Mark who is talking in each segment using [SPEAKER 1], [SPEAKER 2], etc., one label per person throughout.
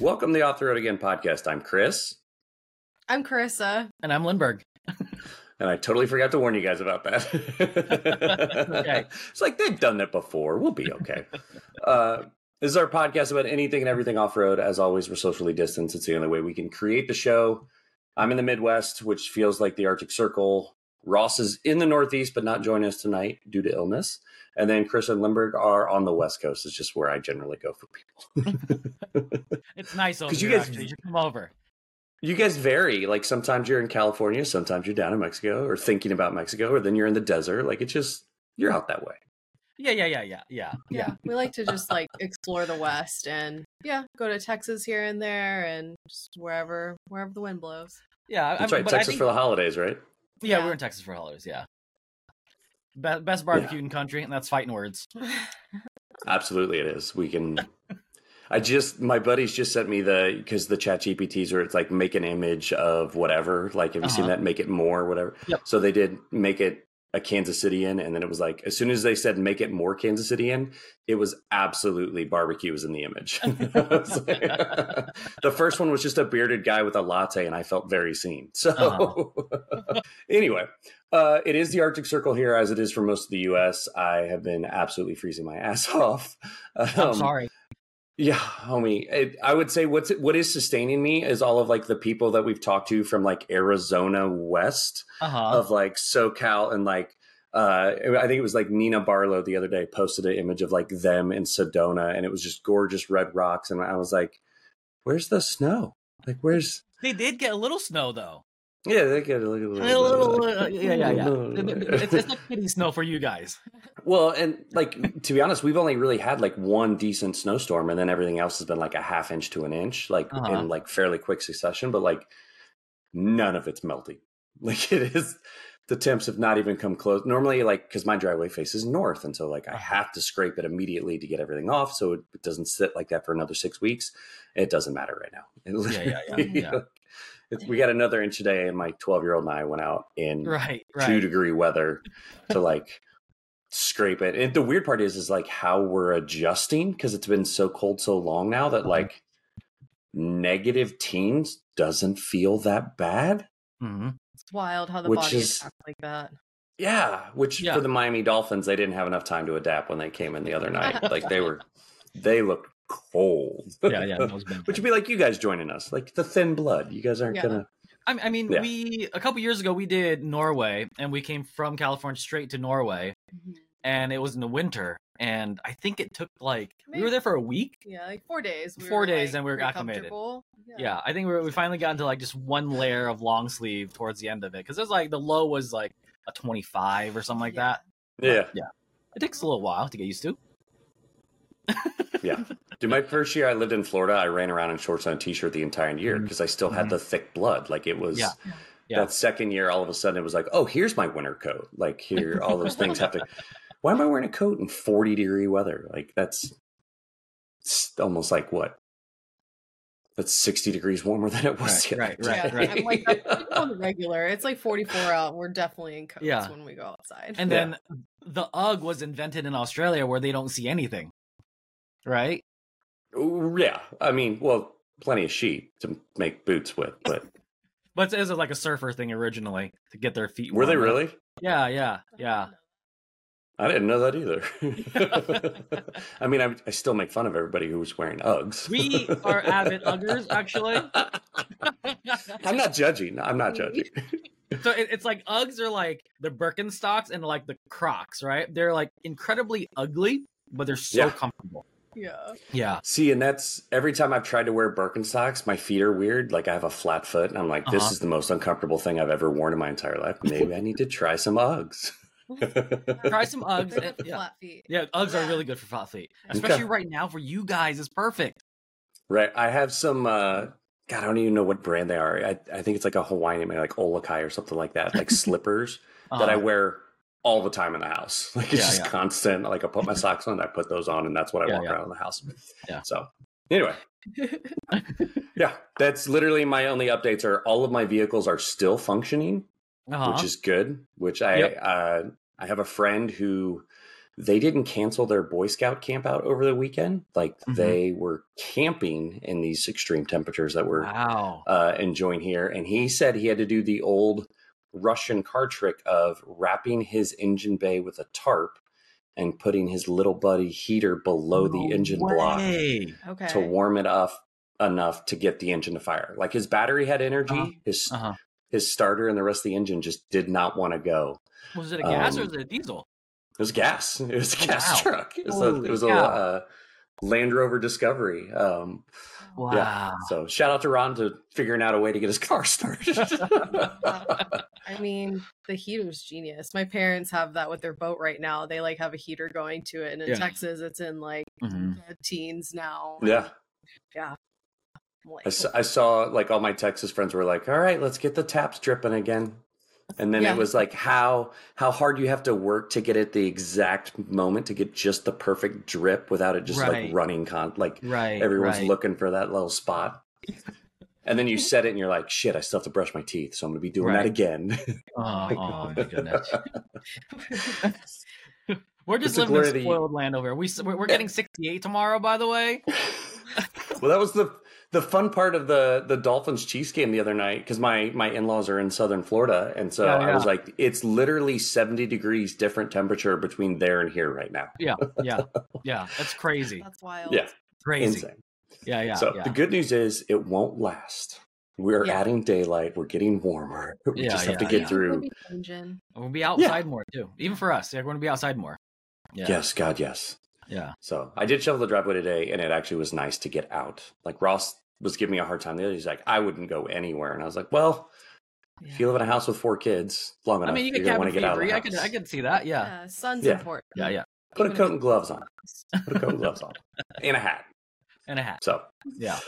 [SPEAKER 1] Welcome to the Off the Road Again podcast. I'm Chris,
[SPEAKER 2] I'm Carissa.
[SPEAKER 3] And I'm Lindbergh.
[SPEAKER 1] and I totally forgot to warn you guys about that.
[SPEAKER 3] Okay.
[SPEAKER 1] It's like they've done that before. We'll be okay. uh, this is our podcast about anything and everything off road. As always, we're socially distanced. It's the only way we can create the show. I'm in the Midwest, which feels like the Arctic Circle. Ross is in the Northeast, but not joining us tonight due to illness. And then Chris and Lindbergh are on the West Coast. It's just where I generally go for
[SPEAKER 3] It's nice over
[SPEAKER 1] 'Cause you
[SPEAKER 3] here.
[SPEAKER 1] guys-
[SPEAKER 3] actually. You should come over.
[SPEAKER 1] You guys vary. Like sometimes you're in California, sometimes you're down in Mexico or thinking about Mexico, or then you're in the desert. Like it's just, you're out that way.
[SPEAKER 3] Yeah, yeah, yeah, yeah, yeah,
[SPEAKER 2] Yeah.
[SPEAKER 3] yeah.
[SPEAKER 2] we like to just like explore the West and yeah, go to Texas here and there and just wherever wherever the wind blows.
[SPEAKER 3] Yeah, I- I
[SPEAKER 1] That's
[SPEAKER 3] mean,
[SPEAKER 1] right.
[SPEAKER 3] but I
[SPEAKER 1] Texas
[SPEAKER 3] think-
[SPEAKER 1] for the holidays, right?
[SPEAKER 3] yeah, we
[SPEAKER 2] Yeah.
[SPEAKER 3] were in Texas for holidays. Yeah, Be- best barbecue in country, and that's fighting words.
[SPEAKER 1] Absolutely, it is. We can. I just, my buddies just sent me the, because the chat GPTs are, it's like make an image of whatever. Like, have you seen
[SPEAKER 3] Uh-huh.
[SPEAKER 1] that? Make it more, whatever.
[SPEAKER 3] Yep.
[SPEAKER 1] So they did make it a Kansas City in. And then it was like, as soon as they said make it more Kansas City in, it was absolutely barbecue was in the image. I was like- the first one was just a bearded guy with a latte, and I felt very seen. So,
[SPEAKER 3] Uh-huh.
[SPEAKER 1] anyway, uh, it is the Arctic Circle here, as it is for most of the U.S. I have been absolutely freezing my ass off.
[SPEAKER 3] I'm
[SPEAKER 1] Um,
[SPEAKER 3] sorry.
[SPEAKER 1] Yeah, homie. It, I would say what's what is sustaining me is all of like the people that we've talked to from like Arizona West
[SPEAKER 3] Uh huh.
[SPEAKER 1] of like SoCal and like. Uh, I think it was like Nina Barlow the other day posted an image of like them in Sedona, and it was just gorgeous red rocks. And I was like, "Where's the snow? Like, where's
[SPEAKER 3] They did get a little snow though.
[SPEAKER 1] yeah? They get a little,
[SPEAKER 3] A little, uh, yeah, yeah, yeah. It's, it's like pity snow for you guys.
[SPEAKER 1] Well, and like to be honest, we've only really had like one decent snowstorm, and then everything else has been like a half inch to an inch, like
[SPEAKER 3] Uh-huh.
[SPEAKER 1] in like fairly quick succession. But like none of it's melting. Like it is, the temps have not even come close. Normally, like because my driveway faces north, and so like I
[SPEAKER 3] Uh-huh.
[SPEAKER 1] have to scrape it immediately to get everything off, so it, it doesn't sit like that for another six weeks. It doesn't matter right now. It
[SPEAKER 3] Yeah, yeah, yeah,
[SPEAKER 1] literally,
[SPEAKER 3] yeah.
[SPEAKER 1] like, it's- we got another inch today, and my twelve-year-old and I went out in
[SPEAKER 3] Right,
[SPEAKER 1] two
[SPEAKER 3] right.
[SPEAKER 1] degree weather to like scrape it. And the weird part is, is like how we're adjusting because it's been so cold so long now that
[SPEAKER 3] Uh-huh.
[SPEAKER 1] like negative teens doesn't feel that bad.
[SPEAKER 3] hmm
[SPEAKER 2] It's wild how the
[SPEAKER 1] Which
[SPEAKER 2] body
[SPEAKER 1] is-
[SPEAKER 2] is like that.
[SPEAKER 1] Yeah, which
[SPEAKER 3] Yeah.
[SPEAKER 1] for the Miami Dolphins, they didn't have enough time to adapt when they came in the other night. like they were, they looked cold.
[SPEAKER 3] Yeah, yeah. That was bad.
[SPEAKER 1] Which would be like you guys joining us, like the thin blood. You guys aren't
[SPEAKER 2] Yeah.
[SPEAKER 1] gonna.
[SPEAKER 3] I, I mean,
[SPEAKER 1] Yeah.
[SPEAKER 3] we a couple years ago we did Norway, and we came from California straight to Norway,
[SPEAKER 2] Mhm.
[SPEAKER 3] and it was in the winter, and I think it took like we
[SPEAKER 2] Maybe-
[SPEAKER 3] were there for a week.
[SPEAKER 2] Yeah, like four days.
[SPEAKER 3] Four days
[SPEAKER 2] like,
[SPEAKER 3] and we were
[SPEAKER 2] pretty
[SPEAKER 3] acclimated.
[SPEAKER 2] comfortable.
[SPEAKER 3] Yeah, I think we, were, we finally got into like just one layer of long sleeve towards the end of it because it was like the low was like a twenty five or something like
[SPEAKER 2] Yeah.
[SPEAKER 3] that.
[SPEAKER 1] Yeah.
[SPEAKER 3] It takes a little while to get used to.
[SPEAKER 1] Dude, my first year I lived in Florida, I ran around in shorts and a t-shirt the entire year because I still had
[SPEAKER 3] Mhm.
[SPEAKER 1] the thick blood. Like it was
[SPEAKER 3] Yeah. Yeah.
[SPEAKER 1] that second year, all of a sudden it was like, oh, here's my winter coat. Like here, all those things have to. Why am I wearing a coat in 40 degree weather? Like that's it's almost like what? That's 60 degrees warmer than it was. the other
[SPEAKER 3] Right,
[SPEAKER 1] day.
[SPEAKER 3] right,
[SPEAKER 2] Yeah, I'm like that on the regular. It's like 44 out. and We're definitely in coats
[SPEAKER 3] Yeah.
[SPEAKER 2] when we go outside.
[SPEAKER 3] And
[SPEAKER 1] Yeah.
[SPEAKER 3] then the UGG was invented in Australia where they don't see anything, right?
[SPEAKER 1] Ooh, yeah. I mean, well, plenty of sheet to make boots with, but
[SPEAKER 3] But it was like a surfer thing originally to get their feet.
[SPEAKER 1] were they
[SPEAKER 3] warm up.
[SPEAKER 1] really?
[SPEAKER 3] Yeah, yeah, yeah.
[SPEAKER 1] I didn't know that either. I mean, I, I still make fun of everybody who's wearing Uggs.
[SPEAKER 3] We are avid Uggers, actually.
[SPEAKER 1] I'm not judging. I'm not judging.
[SPEAKER 3] So it, it's like Uggs are like the Birkenstocks and like the Crocs, right? They're like incredibly ugly, but they're so
[SPEAKER 1] Yeah.
[SPEAKER 3] comfortable.
[SPEAKER 2] Yeah.
[SPEAKER 3] Yeah.
[SPEAKER 1] See, and that's every time I've tried to wear Birkenstocks, my feet are weird. Like I have a flat foot, and I'm like, this
[SPEAKER 3] Uh-huh.
[SPEAKER 1] is the most uncomfortable thing I've ever worn in my entire life. Maybe I need to try some Uggs.
[SPEAKER 3] Try some Uggs.
[SPEAKER 2] They're good
[SPEAKER 3] and-
[SPEAKER 2] for
[SPEAKER 3] yeah.
[SPEAKER 2] flat feet.
[SPEAKER 3] yeah, Uggs are
[SPEAKER 2] Yeah.
[SPEAKER 3] really good for flat feet,
[SPEAKER 2] Okay.
[SPEAKER 3] especially right now for you guys. It's perfect.
[SPEAKER 1] Right. I have some. uh God, I don't even know what brand they are. I, I think it's like a Hawaiian, maybe like Olakai or something like that, like slippers that I
[SPEAKER 3] Uh,
[SPEAKER 1] wear all the time in the house. Like it's
[SPEAKER 3] Yeah,
[SPEAKER 1] just
[SPEAKER 3] yeah.
[SPEAKER 1] constant. Like I put my socks on, I put those on, and that's what I
[SPEAKER 3] Yeah,
[SPEAKER 1] walk
[SPEAKER 3] yeah.
[SPEAKER 1] around in the house.
[SPEAKER 3] Yeah.
[SPEAKER 1] So anyway, yeah, that's literally my only updates. Are all of my vehicles are still functioning,
[SPEAKER 3] uh-huh.
[SPEAKER 1] which is good. Which I
[SPEAKER 3] Yep.
[SPEAKER 1] uh, I have a friend who they didn't cancel their Boy Scout camp out over the weekend. Like
[SPEAKER 3] Mhm.
[SPEAKER 1] they were camping in these extreme temperatures that were
[SPEAKER 3] Wow.
[SPEAKER 1] uh, enjoying here. And he said he had to do the old Russian car trick of wrapping his engine bay with a tarp and putting his little buddy heater below the engine block
[SPEAKER 3] way.
[SPEAKER 2] Okay.
[SPEAKER 1] to warm it up enough to get the engine to fire. Like his battery had energy,
[SPEAKER 3] Uh-huh.
[SPEAKER 1] his
[SPEAKER 3] Uh-huh.
[SPEAKER 1] his starter and the rest of the engine just did not want to go.
[SPEAKER 3] Was it a gas or
[SPEAKER 1] Um,
[SPEAKER 3] was it a diesel?
[SPEAKER 1] It was gas. It was a
[SPEAKER 3] Oh,
[SPEAKER 1] gas
[SPEAKER 3] wow.
[SPEAKER 1] truck. It was a,
[SPEAKER 3] Holy
[SPEAKER 1] it was a
[SPEAKER 3] cow.
[SPEAKER 1] uh, Land Rover Discovery. Um,
[SPEAKER 3] Wow.
[SPEAKER 1] so shout out to Ron to figuring out a way to get his car started.
[SPEAKER 2] I mean, the heater's genius. My parents have that with their boat right now. They like have a heater going to it, and in
[SPEAKER 3] Yeah.
[SPEAKER 2] Texas, it's in like
[SPEAKER 3] Mhm.
[SPEAKER 2] the teens now.
[SPEAKER 1] Mm-hmm. yeah.
[SPEAKER 2] I'm like, oh,
[SPEAKER 1] I s- I saw like all my Texas friends were like, "All right, let's get the taps dripping again," and then
[SPEAKER 2] Yeah.
[SPEAKER 1] it was like how how hard you have to work to get at the exact moment to get just the perfect drip without it just
[SPEAKER 3] Right.
[SPEAKER 1] like running con like
[SPEAKER 3] Right.
[SPEAKER 1] everyone's
[SPEAKER 3] right.
[SPEAKER 1] looking for that little spot. and then you set it, and you're like, "Shit, I still have to brush my teeth, so I'm gonna be doing that
[SPEAKER 3] Right.
[SPEAKER 1] again."
[SPEAKER 3] Oh, oh my goodness. We're just
[SPEAKER 1] It's a
[SPEAKER 3] living in
[SPEAKER 1] glitty-
[SPEAKER 3] spoiled land over here. We, s- we're, we're getting 68 tomorrow, by the way.
[SPEAKER 1] well, that was the the fun part of the the Dolphins Chiefs game the other night because my my in laws are in Southern Florida, and so
[SPEAKER 3] Yeah,
[SPEAKER 1] I was like, it's literally seventy degrees different temperature between there and here right now.
[SPEAKER 3] Yeah, yeah, yeah. That's crazy.
[SPEAKER 2] That's wild.
[SPEAKER 1] Yeah.
[SPEAKER 3] Crazy.
[SPEAKER 1] Insane.
[SPEAKER 3] Yeah, yeah,
[SPEAKER 1] so
[SPEAKER 3] yeah.
[SPEAKER 1] the good news is it won't last. We're
[SPEAKER 2] Yeah.
[SPEAKER 1] adding daylight. We're getting warmer. We
[SPEAKER 3] Yeah,
[SPEAKER 1] just have
[SPEAKER 3] yeah,
[SPEAKER 1] to get
[SPEAKER 3] yeah.
[SPEAKER 1] through.
[SPEAKER 2] Engine.
[SPEAKER 3] We'll be outside more too, even for us. We're going to be outside more. Yeah.
[SPEAKER 1] Yes, God, yes.
[SPEAKER 3] Yeah.
[SPEAKER 1] So I did shovel the driveway today, and it actually was nice to get out. Like Ross was giving me a hard time the other. day. He's like, I wouldn't go anywhere, and I was like, well. If you live in a house with four kids long enough,
[SPEAKER 3] I mean, you
[SPEAKER 1] you're
[SPEAKER 3] get
[SPEAKER 1] gonna want
[SPEAKER 3] cabin
[SPEAKER 1] to get out of the
[SPEAKER 3] fever. I
[SPEAKER 1] house.
[SPEAKER 3] could, I could see that. Yeah.
[SPEAKER 2] Yeah, sun's
[SPEAKER 1] Yeah.
[SPEAKER 2] important.
[SPEAKER 3] yeah, yeah,
[SPEAKER 1] Put a
[SPEAKER 2] Even if
[SPEAKER 1] coat and gloves on.
[SPEAKER 2] it's-
[SPEAKER 1] Put a coat and gloves on. And a hat.
[SPEAKER 3] and a hat.
[SPEAKER 1] So
[SPEAKER 3] Yeah.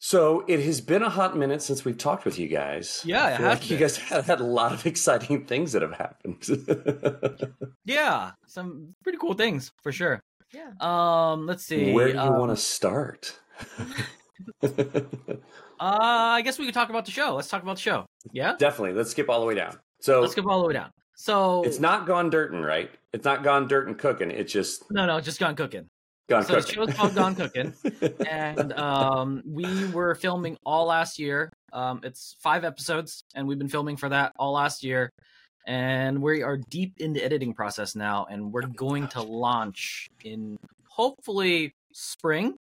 [SPEAKER 1] so it has been a hot minute since we've talked with you guys.
[SPEAKER 3] Yeah,
[SPEAKER 1] I
[SPEAKER 3] it
[SPEAKER 1] feel
[SPEAKER 3] has
[SPEAKER 1] like you
[SPEAKER 3] been.
[SPEAKER 1] guys have had a lot of exciting things that have happened.
[SPEAKER 3] Yeah, some pretty cool things for sure.
[SPEAKER 2] Yeah.
[SPEAKER 3] Um, let's see.
[SPEAKER 1] Where do you
[SPEAKER 3] um,
[SPEAKER 1] want to start?
[SPEAKER 3] Uh, I guess we could talk about the show. Let's talk about the show. Yeah.
[SPEAKER 1] Definitely. Let's skip all the way down. So
[SPEAKER 3] Let's go all the way down. So
[SPEAKER 1] it's not gone dirtin', right? It's not gone dirt and cooking. It's just
[SPEAKER 3] no, no, just gone cooking,
[SPEAKER 1] gone
[SPEAKER 3] So the
[SPEAKER 1] cooking.
[SPEAKER 3] show's called Gone Cooking. and um, we were filming all last year. Um, it's five episodes, and we've been filming for that all last year. And we are deep in the editing process now, and
[SPEAKER 2] Oh
[SPEAKER 3] we're going to launch in hopefully spring.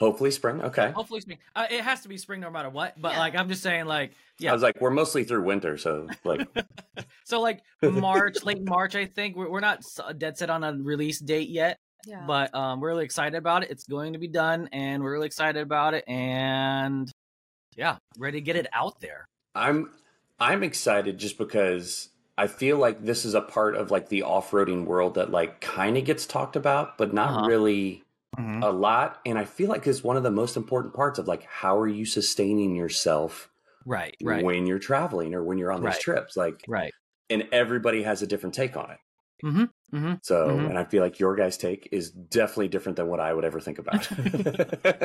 [SPEAKER 1] Hopefully spring. Okay.
[SPEAKER 3] Hopefully spring. Uh, it has to be spring no matter what. But
[SPEAKER 2] Yeah.
[SPEAKER 3] like I'm just saying, like
[SPEAKER 1] I
[SPEAKER 3] yeah.
[SPEAKER 1] was like, we're mostly through winter, so like
[SPEAKER 3] So like March, late March, I think we're, we're not s- dead set on a release date yet,
[SPEAKER 2] Yeah.
[SPEAKER 3] but um, we're really excited about it. It's going to be done, and we're really excited about it, and yeah, ready to get it out there.
[SPEAKER 1] I'm I'm excited just because I feel like this is a part of like the off-roading world that like kind of gets talked about but not
[SPEAKER 3] Uh-huh. Mm-hmm.
[SPEAKER 1] really a lot and I feel like it's one of the most important parts of like how are you sustaining yourself
[SPEAKER 3] Right, right,
[SPEAKER 1] when you're traveling or when you're on
[SPEAKER 3] Right.
[SPEAKER 1] these trips like
[SPEAKER 3] right.
[SPEAKER 1] and everybody has a different take on it.
[SPEAKER 3] Mhm, mhm,
[SPEAKER 1] So
[SPEAKER 3] mhm.
[SPEAKER 1] and I feel like your guys take is definitely different than what I would ever think about.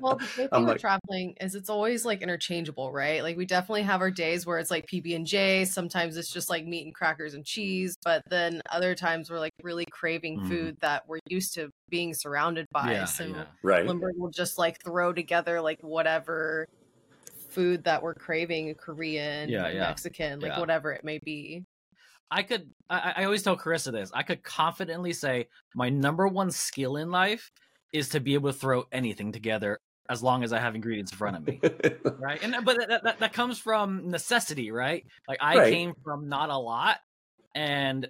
[SPEAKER 2] well, the great
[SPEAKER 1] I'm
[SPEAKER 2] thing
[SPEAKER 1] like-
[SPEAKER 2] with traveling is it's always like interchangeable, right? Like we definitely have our days where it's like PB and J. Sometimes it's just like meat and crackers and cheese, but then other times we're like really craving
[SPEAKER 3] Mhm.
[SPEAKER 2] food that we're used to being surrounded by.
[SPEAKER 3] Yeah,
[SPEAKER 2] so
[SPEAKER 3] yeah.
[SPEAKER 1] right?
[SPEAKER 2] Limburg will just like throw together like whatever food that we're craving Korean,
[SPEAKER 3] Yeah, yeah,
[SPEAKER 2] Mexican, like
[SPEAKER 3] yeah.
[SPEAKER 2] whatever it may be.
[SPEAKER 3] I could. I, I always tell Carissa this. I could confidently say my number one skill in life is to be able to throw anything together as long as I have ingredients in front of me. right and but that, that, that comes from necessity right like i
[SPEAKER 1] Right.
[SPEAKER 3] came from not a lot and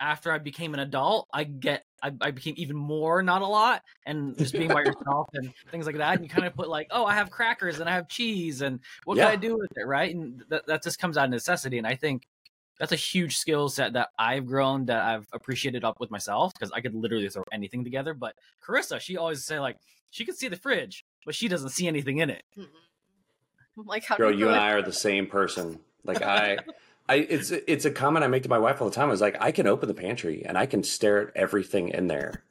[SPEAKER 3] after i became an adult i get I, I became even more not a lot and just being by yourself and things like that and you kind of put like oh i have crackers and i have cheese and what can i
[SPEAKER 1] Yeah.
[SPEAKER 3] do with it right and that, that just comes out of necessity and i think that's a huge skill set that I've grown that I've appreciated up with myself because I could literally throw anything together. But Carissa, she always say like she could see the fridge, but she doesn't see anything in it.
[SPEAKER 2] Mm-mm. Mm-hmm. I'm Like how
[SPEAKER 1] Girl,
[SPEAKER 2] do
[SPEAKER 1] you and
[SPEAKER 2] really-
[SPEAKER 1] I are the same person. Like I, I, it's it's a comment I make to my wife all the time. I was like, I can open the pantry and I can stare at everything in there,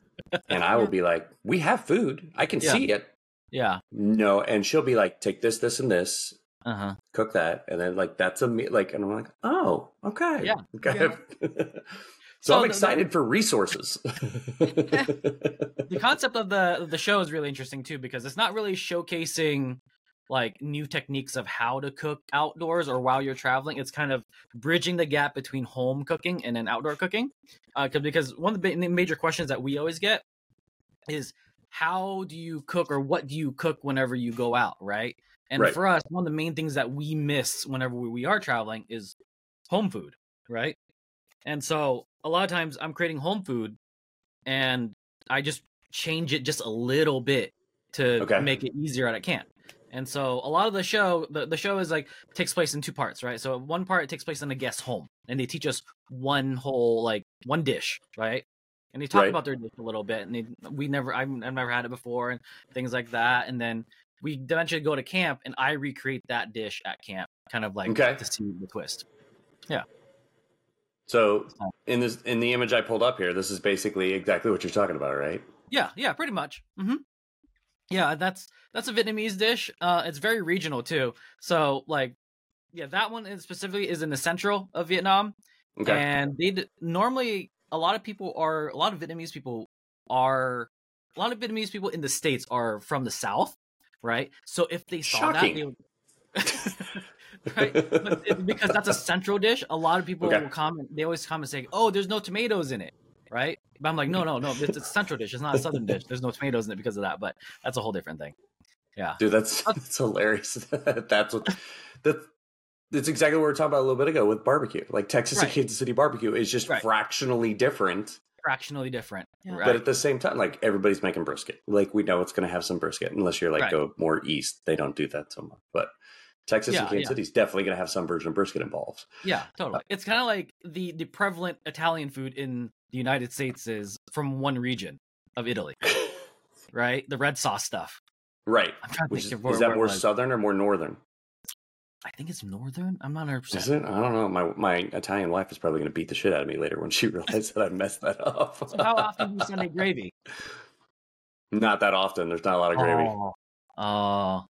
[SPEAKER 1] and I will be like, we have food. I can
[SPEAKER 3] Yeah.
[SPEAKER 1] see it.
[SPEAKER 3] Yeah.
[SPEAKER 1] No, and she'll be like, take this, this, and this,
[SPEAKER 3] Uh huh.
[SPEAKER 1] cook that, and then like that's a me like, and I'm like, oh, okay,
[SPEAKER 3] Yeah.
[SPEAKER 1] Okay. So,
[SPEAKER 3] So
[SPEAKER 1] I'm
[SPEAKER 3] the-
[SPEAKER 1] excited for resources.
[SPEAKER 3] the concept of the of the show is really interesting too because it's not really showcasing like new techniques of how to cook outdoors or while you're traveling it's kind of bridging the gap between home cooking and then outdoor cooking uh, 'cause- because one of the ba- major questions that we always get is how do you cook or what do you cook whenever you go out right and
[SPEAKER 1] Right.
[SPEAKER 3] for us one of the main things that we miss whenever we- we are traveling is home food right and so a lot of times i'm creating home food and I just change it just a little bit to
[SPEAKER 1] Okay.
[SPEAKER 3] make it easier that I can. And so a lot of the show, the, the show is like takes place in two parts, right? So one part it takes place in a guest home, and they teach us one whole like one dish, right? And they talk
[SPEAKER 1] Right.
[SPEAKER 3] about their dish a little bit, and they, we never, I've, I've never had it before, and things like that. And then we eventually go to camp, and I recreate that dish at camp, kind of like
[SPEAKER 1] Okay.
[SPEAKER 3] to see the twist.
[SPEAKER 1] so in this in the image I pulled up here, this is basically exactly what you're talking about, right?
[SPEAKER 3] Yeah, yeah, pretty much. hmm Yeah, that's that's a Vietnamese dish. Uh, it's very regional too. So like, yeah, that one is specifically is in the central of Vietnam,
[SPEAKER 1] Okay.
[SPEAKER 3] and they d- normally a lot of people are a lot of Vietnamese people are a lot of Vietnamese people in the states are from the south, right? So if they saw that, they
[SPEAKER 1] Shocking.
[SPEAKER 3] would. right, but it, because that's a central dish. A lot of people
[SPEAKER 1] Okay.
[SPEAKER 3] will comment. They always comment saying, "Oh, there's no tomatoes in it," right? But I'm like, "No, no, no. It's, it's a central dish. It's not a southern dish. There's no tomatoes in it because of that." But that's a whole different thing.
[SPEAKER 1] Dude, that's that's hilarious. that's what that's that's exactly what we were talking about a little bit ago with barbecue. Like Texas
[SPEAKER 3] Right.
[SPEAKER 1] and Kansas City barbecue is just
[SPEAKER 3] Right.
[SPEAKER 1] fractionally different,
[SPEAKER 3] Fractionally different,
[SPEAKER 2] Yeah.
[SPEAKER 1] but
[SPEAKER 3] right?
[SPEAKER 1] at the same time, like everybody's making brisket. Like we know it's going to have some brisket, unless you're like
[SPEAKER 3] Right.
[SPEAKER 1] go more east. They don't do that so much, but Texas and
[SPEAKER 3] Yeah,
[SPEAKER 1] Kansas
[SPEAKER 3] yeah.
[SPEAKER 1] City's definitely going to have some version of brisket involved.
[SPEAKER 3] yeah, totally. It's kind of like the the prevalent Italian food in the United States is from one region of Italy, right? The red sauce stuff.
[SPEAKER 1] Right.
[SPEAKER 3] I'm trying to
[SPEAKER 1] Which is,
[SPEAKER 3] think of where,
[SPEAKER 1] is that
[SPEAKER 3] where it
[SPEAKER 1] more
[SPEAKER 3] was.
[SPEAKER 1] southern or more northern?
[SPEAKER 3] I think it's northern. I'm not 100.
[SPEAKER 1] Is
[SPEAKER 3] percent
[SPEAKER 1] it? I don't know. My my Italian wife is probably going to beat the shit out of me later when she realizes that I messed that up.
[SPEAKER 3] So how often do you Sunday gravy?
[SPEAKER 1] Not that often. There's not a lot of gravy.
[SPEAKER 3] Oh, oh,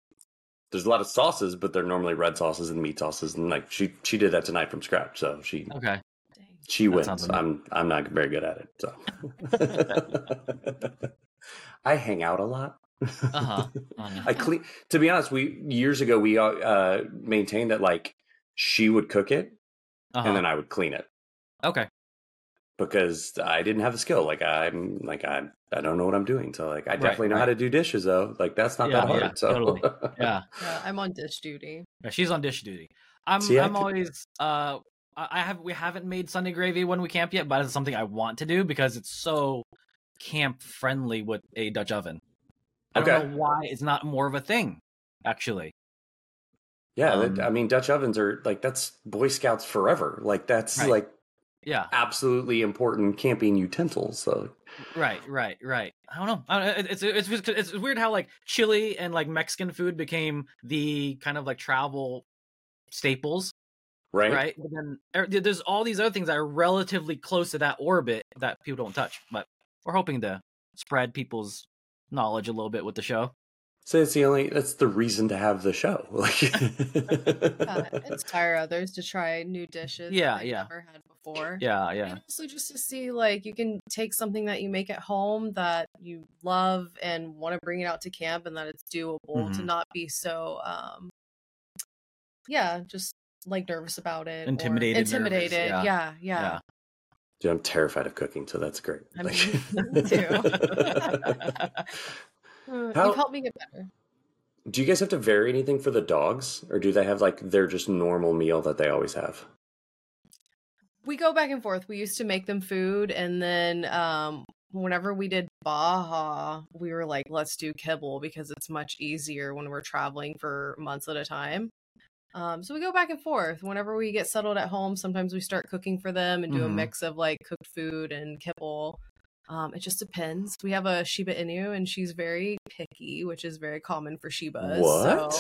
[SPEAKER 1] There's a lot of sauces, but they're normally red sauces and meat sauces. And like she she did that tonight from scratch, so she
[SPEAKER 3] okay.
[SPEAKER 2] Dang.
[SPEAKER 1] she
[SPEAKER 3] Oh, That
[SPEAKER 1] wins.
[SPEAKER 3] sounds
[SPEAKER 1] I'm I'm not very good at it, so I hang out a lot.
[SPEAKER 3] Uh-huh. Uh,
[SPEAKER 1] I clean. To be honest, we years ago we uh, uh, maintained that like she would cook it
[SPEAKER 3] uh-huh.
[SPEAKER 1] and then I would clean it.
[SPEAKER 3] okay.
[SPEAKER 1] because I didn't have the skill. Like I'm like I I don't know what I'm doing. So like I
[SPEAKER 3] Right,
[SPEAKER 1] definitely know how
[SPEAKER 3] right.
[SPEAKER 1] to do dishes though. Like that's not
[SPEAKER 3] Yeah,
[SPEAKER 1] that hard.
[SPEAKER 3] yeah,
[SPEAKER 1] so
[SPEAKER 3] totally. Yeah.
[SPEAKER 2] Yeah, I'm on ditch duty.
[SPEAKER 3] Yeah, she's on dish duty. I'm
[SPEAKER 1] See, I
[SPEAKER 3] I'm
[SPEAKER 1] could-
[SPEAKER 3] always uh I I have we haven't made Sunday gravy when we camp yet, but it's something I want to do because it's so camp friendly with a Dutch oven. I
[SPEAKER 1] Okay.
[SPEAKER 3] don't know why it's not more of a thing, actually.
[SPEAKER 1] yeah,
[SPEAKER 3] Um,
[SPEAKER 1] that, I mean Dutch ovens are like that's Boy Scouts forever. Like that's
[SPEAKER 3] Right.
[SPEAKER 1] like
[SPEAKER 3] Yeah,
[SPEAKER 1] absolutely important camping utensils. So
[SPEAKER 3] right, right, right. I don't know. I don't- it- It's it's it's, it's weird how like chili and like Mexican food became the kind of like travel staples
[SPEAKER 1] right,
[SPEAKER 3] right? But then er, there- there's all these other things that are relatively close to that orbit that people don't touch. But we're hoping to spread people's knowledge a little bit with the show.
[SPEAKER 1] So it's the only that's the reason to have the show. Like
[SPEAKER 2] Uh, inspire others to try new dishes.
[SPEAKER 3] Yeah,
[SPEAKER 2] they
[SPEAKER 3] yeah.
[SPEAKER 2] Never had before.
[SPEAKER 3] Yeah, yeah,
[SPEAKER 2] And also just to see, like, you can take something that you make at home that you love and want to bring it out to camp, and that it's doable to
[SPEAKER 3] Mhm.
[SPEAKER 2] not be so, um, yeah, just like nervous about it, or
[SPEAKER 3] Intimidated, nervous,
[SPEAKER 2] intimidated.
[SPEAKER 3] yeah,
[SPEAKER 2] yeah, yeah,
[SPEAKER 3] yeah.
[SPEAKER 1] Dude, I'm terrified of cooking, so that's great.
[SPEAKER 2] I
[SPEAKER 1] Like-
[SPEAKER 2] mean, me too. Uh,
[SPEAKER 1] How-
[SPEAKER 2] You've helped me get better.
[SPEAKER 1] do you guys have to vary anything for the dogs, or do they have like their just normal meal that they always have?
[SPEAKER 2] we go back and forth. We used to make them food, and then um, whenever we did Baja, we were like, let's do kibble because it's much easier when we're traveling for months at a time. Um, so we go back and forth. Whenever we get settled at home, sometimes we start cooking for them and do a
[SPEAKER 3] Mhm.
[SPEAKER 2] mix of like cooked food and kibble. Um, it just depends. We have a Shiba Inu, and she's very picky, which is very common for Shibas.
[SPEAKER 1] What?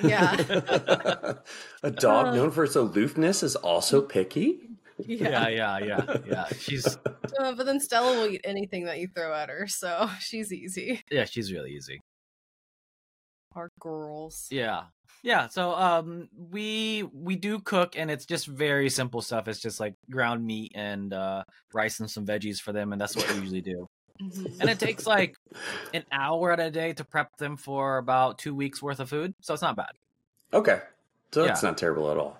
[SPEAKER 2] So, yeah.
[SPEAKER 1] a dog
[SPEAKER 2] Uh,
[SPEAKER 1] known for its aloofness is also picky?
[SPEAKER 3] yeah, yeah, yeah, yeah. She's
[SPEAKER 2] Uh, but then Stella will eat anything that you throw at her, so she's easy.
[SPEAKER 3] yeah, she's really easy.
[SPEAKER 2] Our girls.
[SPEAKER 3] Yeah. Yeah, so um we we do cook and it's just very simple stuff. It's just like ground meat and uh rice and some veggies for them and that's what we usually do.
[SPEAKER 2] Mhm.
[SPEAKER 3] And it takes like an hour at a day to prep them for about 2 weeks worth of food, so it's not bad.
[SPEAKER 1] Okay. So that's not terrible at all.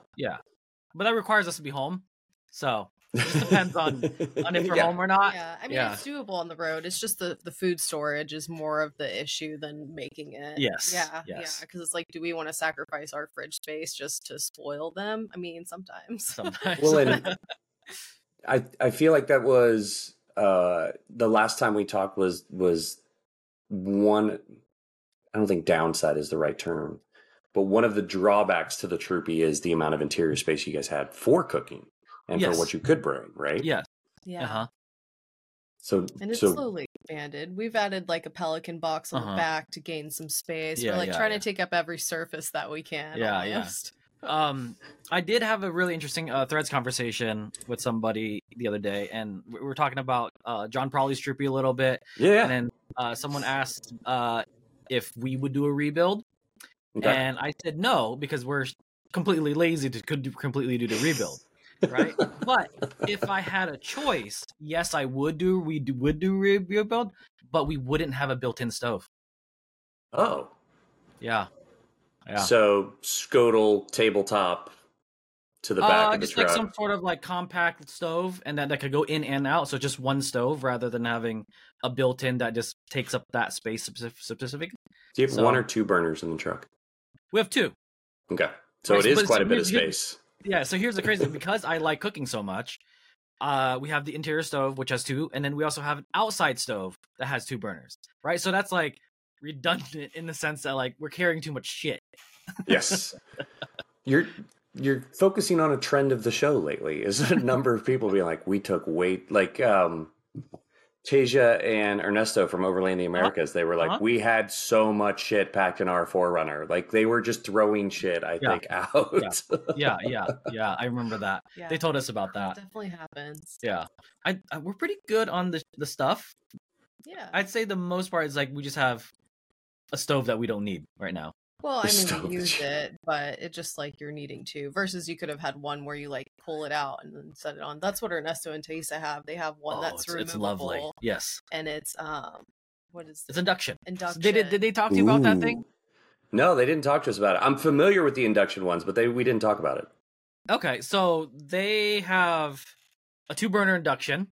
[SPEAKER 3] But that requires us to be home. So, just depends on- on if we're
[SPEAKER 1] Yeah.
[SPEAKER 3] home or not.
[SPEAKER 2] yeah, I mean
[SPEAKER 3] yeah.
[SPEAKER 2] it's doable on the road. It's just the the food storage is more of the issue than making it.
[SPEAKER 3] Yes,
[SPEAKER 2] Yeah.
[SPEAKER 3] yes.
[SPEAKER 2] Yeah. Because it's like, do we want to sacrifice our fridge space just to spoil them? I mean, sometimes.
[SPEAKER 3] Sometimes.
[SPEAKER 1] Well, and I I feel like that was uh the last time we talked was was one I don't think downside is the right term. But one of the drawbacks to the troopy is the amount of interior space you guys had for cooking and
[SPEAKER 3] Yes.
[SPEAKER 1] for what you could bring, right?
[SPEAKER 3] yes.
[SPEAKER 2] Yeah.
[SPEAKER 3] Uh-huh.
[SPEAKER 1] So
[SPEAKER 2] And it's
[SPEAKER 1] so
[SPEAKER 2] slowly expanded. We've added like a pelican box on
[SPEAKER 3] Uh-huh.
[SPEAKER 2] the back to gain some space.
[SPEAKER 3] Yeah,
[SPEAKER 2] We're like
[SPEAKER 3] yeah,
[SPEAKER 2] trying
[SPEAKER 3] yeah.
[SPEAKER 2] to take up every surface that we can.
[SPEAKER 3] Yeah, yeah.
[SPEAKER 2] almost.
[SPEAKER 3] um i did have a really interesting uh, threads conversation with somebody the other day and we were talking about uh, john Prawley's troopy a little bit
[SPEAKER 1] yeah.
[SPEAKER 3] and then uh, someone asked uh, if we would do a rebuild
[SPEAKER 1] Okay.
[SPEAKER 3] and i said no because we're completely lazy to could do, completely do the rebuild right but if i had a choice yes i would do we do, would do re- rebuild but we wouldn't have a built-in stove
[SPEAKER 1] oh.
[SPEAKER 3] yeah yeah
[SPEAKER 1] So scodal tabletop to the back of
[SPEAKER 3] uh,
[SPEAKER 1] the
[SPEAKER 3] just
[SPEAKER 1] truck.
[SPEAKER 3] like some sort of like compact stove, and that that could go in and out. So just one stove rather than having a built-in that just takes up that space specif- specifically.
[SPEAKER 1] Do you have
[SPEAKER 3] so-
[SPEAKER 1] one or two burners in the truck?
[SPEAKER 3] We have two.
[SPEAKER 1] Okay. So
[SPEAKER 3] Right,
[SPEAKER 1] it is
[SPEAKER 3] but
[SPEAKER 1] quite a
[SPEAKER 3] it's-
[SPEAKER 1] bit of
[SPEAKER 3] you- you-
[SPEAKER 1] space.
[SPEAKER 3] Yeah. So here's the crazy: because I like cooking so much, uh, we have the interior stove which has two, and then we also have an outside stove that has two burners. Right. So that's like redundant in the sense that like we're carrying too much shit.
[SPEAKER 1] Yes. you're you're focusing on a trend of the show lately. Is a number of people being like, we took weight like um Tasia and Ernesto from Overland the Americas, they were like,
[SPEAKER 3] Uh-huh.
[SPEAKER 1] we had so much shit packed in our forerunner. Like they were just throwing shit, I
[SPEAKER 3] Yeah.
[SPEAKER 1] think, out.
[SPEAKER 3] Yeah. Yeah. Yeah. I remember that.
[SPEAKER 2] Yeah.
[SPEAKER 3] They told us about
[SPEAKER 2] that
[SPEAKER 3] that.
[SPEAKER 2] definitely happens.
[SPEAKER 3] Yeah. I, I we're pretty good on the the stuff.
[SPEAKER 2] Yeah.
[SPEAKER 3] I'd say the most part is like we just have a stove that we don't need right now.
[SPEAKER 2] Well, I
[SPEAKER 1] The
[SPEAKER 2] mean,
[SPEAKER 1] stove.
[SPEAKER 2] we use it, but it just like you're needing to. Versus, you could have had one where you like pull it out and then set it on. That's what Ernesto and Taisa have. They have one
[SPEAKER 3] Oh,
[SPEAKER 2] that's
[SPEAKER 3] it's,
[SPEAKER 2] removable,
[SPEAKER 3] it's lovely. Yes,
[SPEAKER 2] and it's um, what is
[SPEAKER 3] it's induction.
[SPEAKER 2] induction?
[SPEAKER 3] Did, it, did they talk to you about that
[SPEAKER 1] Ooh.
[SPEAKER 3] thing?
[SPEAKER 1] No, they didn't talk to us about it. I'm familiar with the induction ones, but they we didn't talk about it.
[SPEAKER 3] Okay, so they have a two burner induction,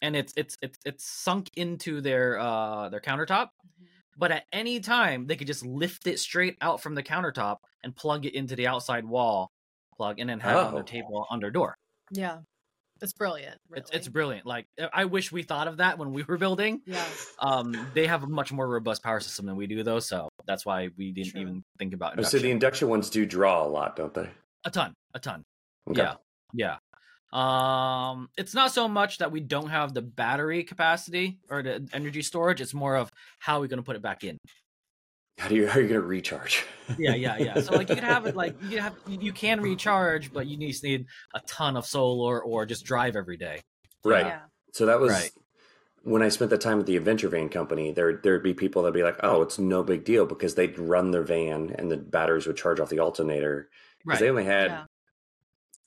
[SPEAKER 3] and it's it's it's it's sunk into their uh their countertop.
[SPEAKER 2] Mm-hmm.
[SPEAKER 3] But at any time, they could just lift it straight out from the countertop and plug it into the outside wall plug, and then have it on their
[SPEAKER 1] Oh.
[SPEAKER 3] table on their door.
[SPEAKER 2] Yeah, it's brilliant. Really.
[SPEAKER 3] It's it's brilliant. Like eh, I wish we thought of that when we were building.
[SPEAKER 2] yeah,
[SPEAKER 3] um they have a much more robust power system than we do though so that's why we didn't
[SPEAKER 2] True.
[SPEAKER 3] even think about
[SPEAKER 1] Oh, So the
[SPEAKER 3] induction.
[SPEAKER 1] induction ones do draw a lot, don't they?
[SPEAKER 3] a ton a ton
[SPEAKER 1] Okay.
[SPEAKER 3] yeah yeah um it's not so much that we don't have the battery capacity or the energy storage it's more of how are we going to put it back in
[SPEAKER 1] How do you how are you gonna recharge?
[SPEAKER 3] yeah yeah yeah so like you could have it like you could have you you can recharge but you need- just need a ton of solar or just drive every day
[SPEAKER 1] Right.
[SPEAKER 2] yeah.
[SPEAKER 1] So that was
[SPEAKER 3] Right.
[SPEAKER 1] when I spent the time at the Adventure Van Company. There, there'd be people that'd be like, "Oh, it's no big deal," because they'd run their van and the batteries would charge off the alternator because
[SPEAKER 3] right
[SPEAKER 1] they only had
[SPEAKER 2] Yeah.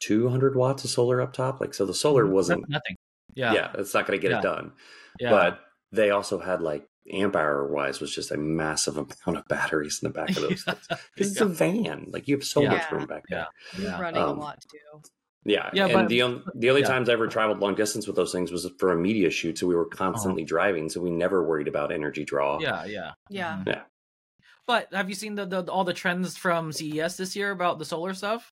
[SPEAKER 1] 200 watts of solar up top. Like, so the solar
[SPEAKER 3] Mm-hmm. That's
[SPEAKER 1] wasn't.
[SPEAKER 3] nothing yeah
[SPEAKER 1] Yeah, it's not going to get
[SPEAKER 3] Yeah.
[SPEAKER 1] it done.
[SPEAKER 3] yeah
[SPEAKER 1] But they also had like amp hour wise was just a massive amount of batteries in the back of those.
[SPEAKER 3] Yeah.
[SPEAKER 1] things. Because it's a van. Like you have so
[SPEAKER 3] Yeah.
[SPEAKER 1] much room back there.
[SPEAKER 2] We're
[SPEAKER 3] Yeah.
[SPEAKER 2] running
[SPEAKER 1] Um,
[SPEAKER 2] a lot too.
[SPEAKER 1] Yeah,
[SPEAKER 3] Yeah,
[SPEAKER 1] and
[SPEAKER 3] but-
[SPEAKER 1] the on- the only
[SPEAKER 3] yeah.
[SPEAKER 1] times I ever traveled long distance with those things was for a media shoot, so we were constantly driving, so we never worried about energy draw.
[SPEAKER 3] Oh. yeah yeah
[SPEAKER 2] Yeah.
[SPEAKER 3] Mhm.
[SPEAKER 1] Yeah.
[SPEAKER 3] but have you seen the, the all the trends from ces this year about the solar stuff